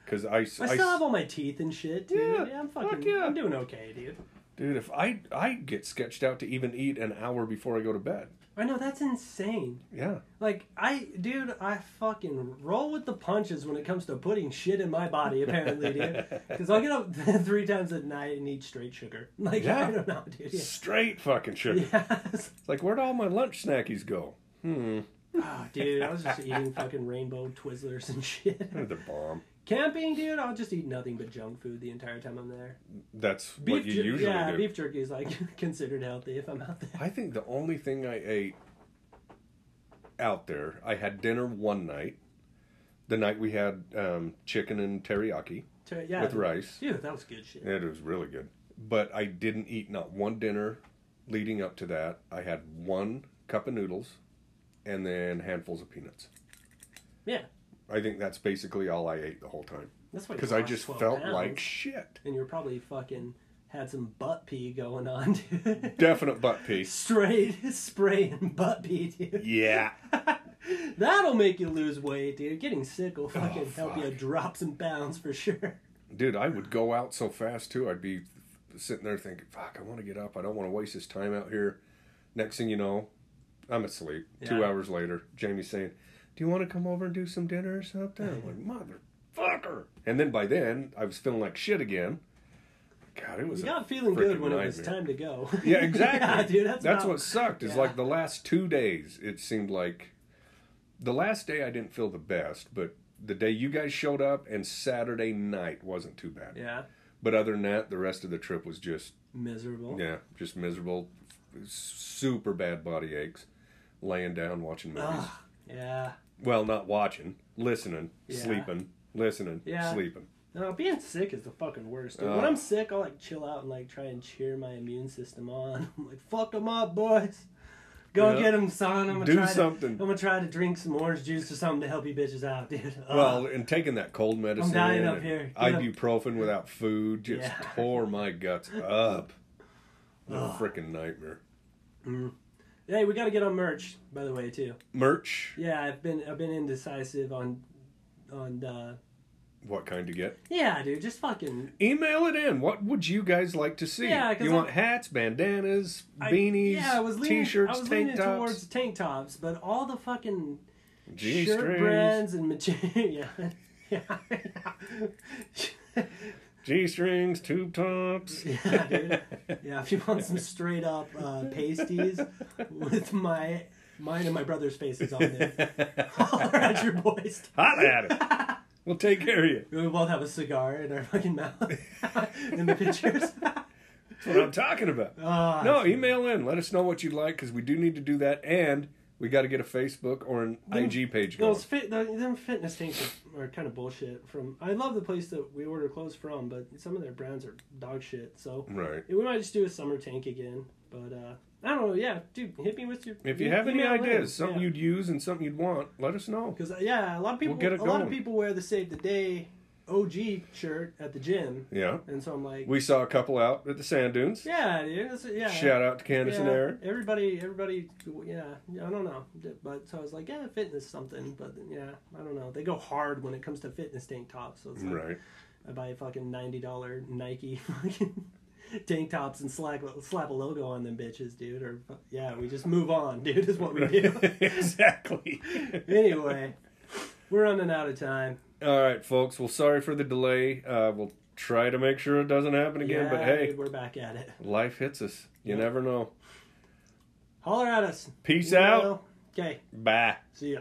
Because I,
I
I-
still have all my teeth and shit, dude.
Yeah,
Yeah, I'm fucking.
fuck yeah.
I'm doing okay, dude.
dude, if I I get sketched out to even eat an hour before I go to bed.
I know that's insane.
Yeah.
Like I, dude, I fucking roll with the punches when it comes to putting shit in my body. Apparently, dude, because I'll get up three times at night and eat straight sugar. Like
Yeah.
I don't know, dude. Yeah.
Straight fucking sugar.
Yes.
It's like, where'd all my lunch snackies go?
Oh, dude, I was just eating fucking rainbow Twizzlers and shit.
They're the bomb.
Camping, dude, I'll just eat nothing but junk food the entire time I'm there.
That's what you
jer-
usually
yeah,
do.
beef jerky is like considered healthy if I'm out there.
I think the only thing I ate out there, I had dinner one night. The night we had um, chicken and teriyaki
So, yeah,
with rice.
dude, that was good shit.
It was really good. But I didn't eat not one dinner leading up to that. I had one cup of noodles and then handfuls of peanuts.
Yeah.
I think that's basically all I ate the whole time.
That's why you
Because I
lost
just
12
felt
pounds.
like shit.
and you're probably fucking had some butt pee going on, dude.
Definite butt piece.
Straight spraying butt pee, dude.
Yeah.
That'll make you lose weight, dude. Getting sick will fucking help
Oh, fuck.
you drop some pounds for sure.
Dude, I would go out so fast too. I'd be sitting there thinking, fuck, I want to get up. I don't want to waste this time out here. Next thing you know, I'm asleep. Two
Yeah.
hours later, Jamie's saying, Do you want to come over and do some dinner or something? I'm like, Motherfucker. And then by then, I was feeling like shit again. God, it was.
You
a
got feeling
freaking
good when it was
nightmare.
time to go.
Yeah, exactly.
yeah, dude, that's, about-
what sucked. Is
yeah.
like the last two days, it seemed like the last day I didn't feel the best, but the day you guys showed up and Saturday night wasn't too bad.
Yeah,
But other than that, the rest of the trip was just
miserable.
yeah, just miserable, super bad body aches, laying down watching movies.
Ugh, yeah.
Well, not watching, listening,
Yeah.
sleeping, listening,
Yeah.
sleeping.
No, being sick is the fucking worst. Dude. when
Uh.
I'm sick, I'll like chill out and like try and cheer my immune system on. I'm like, fuck them up, boys. Go get
Yeah.
'em, get them, son. I'm gonna
Do
try
something.
To, I'm gonna try to drink some orange juice or something to help you bitches out, dude. Uh, Ugh.
well, and taking that cold medicine
dying
and
up here. Get up.
ibuprofen without food just
Yeah.
tore my guts up. What a
Ugh.
freaking nightmare.
hey, we gotta get on merch, by the way, too.
Merch,
Yeah, I've been I've been indecisive on on uh
what kind to get?
yeah, dude, just fucking
Email it in. What would you guys like to see?
Yeah, 'cause
you
I-
want hats, bandanas,
I-
beanies,
yeah, I was leaning,
t-shirts,
I was
tank
leaning
tops,
towards tank tops, but all the fucking
G-strings.
shirt brands and material. Yeah. yeah.
G-strings, tube tops.
Yeah, dude. yeah, if you want some straight up uh, pasties with my mine and my brother's faces on there, holler at your boys.
Hot at it. We'll take care of you.
We both have a cigar in our fucking mouth in the pictures.
That's what I'm talking about.
Ah,
No, email in. Let us know what you'd like because we do need to do that, and we got to get a Facebook or an IG page going.
Those fit, the, them fitness tanks are, are kind of bullshit. From I love the place that we order clothes from, but some of their brands are dog shit. So
Right.
Yeah, we might just do a summer tank again. But uh, I don't know. Yeah, dude, hit me with your.
If you have any
email in.
ideas, something
yeah.
you'd use and something you'd want, let us know.
Because yeah, a lot of people,
get it
a lot of
going.
people wear the Save the Day OG shirt at the gym,
Yeah.
and so I'm like,
We saw a couple out at the sand dunes.
yeah, dude, that's, yeah.
Shout out to Candace and
Yeah,
Aaron.
Everybody, everybody, yeah. I don't know, but so I was like, yeah, fitness something, but yeah, I don't know. They go hard when it comes to fitness tank tops. So it's like
Right.
I buy a fucking ninety dollar Nike fucking tank tops and slack slap a logo on them bitches, dude. Or yeah, we just move on, dude. Is what we do.
exactly.
anyway, we're running out of time.
All right, folks. Well, sorry for the delay. Uh, we'll try to make sure it doesn't happen again, but
Yeah,
hey,
dude, we're back at it.
life hits us. You
Yeah.
never know.
Holler at us.
Peace out.
Okay.
Bye.
See ya.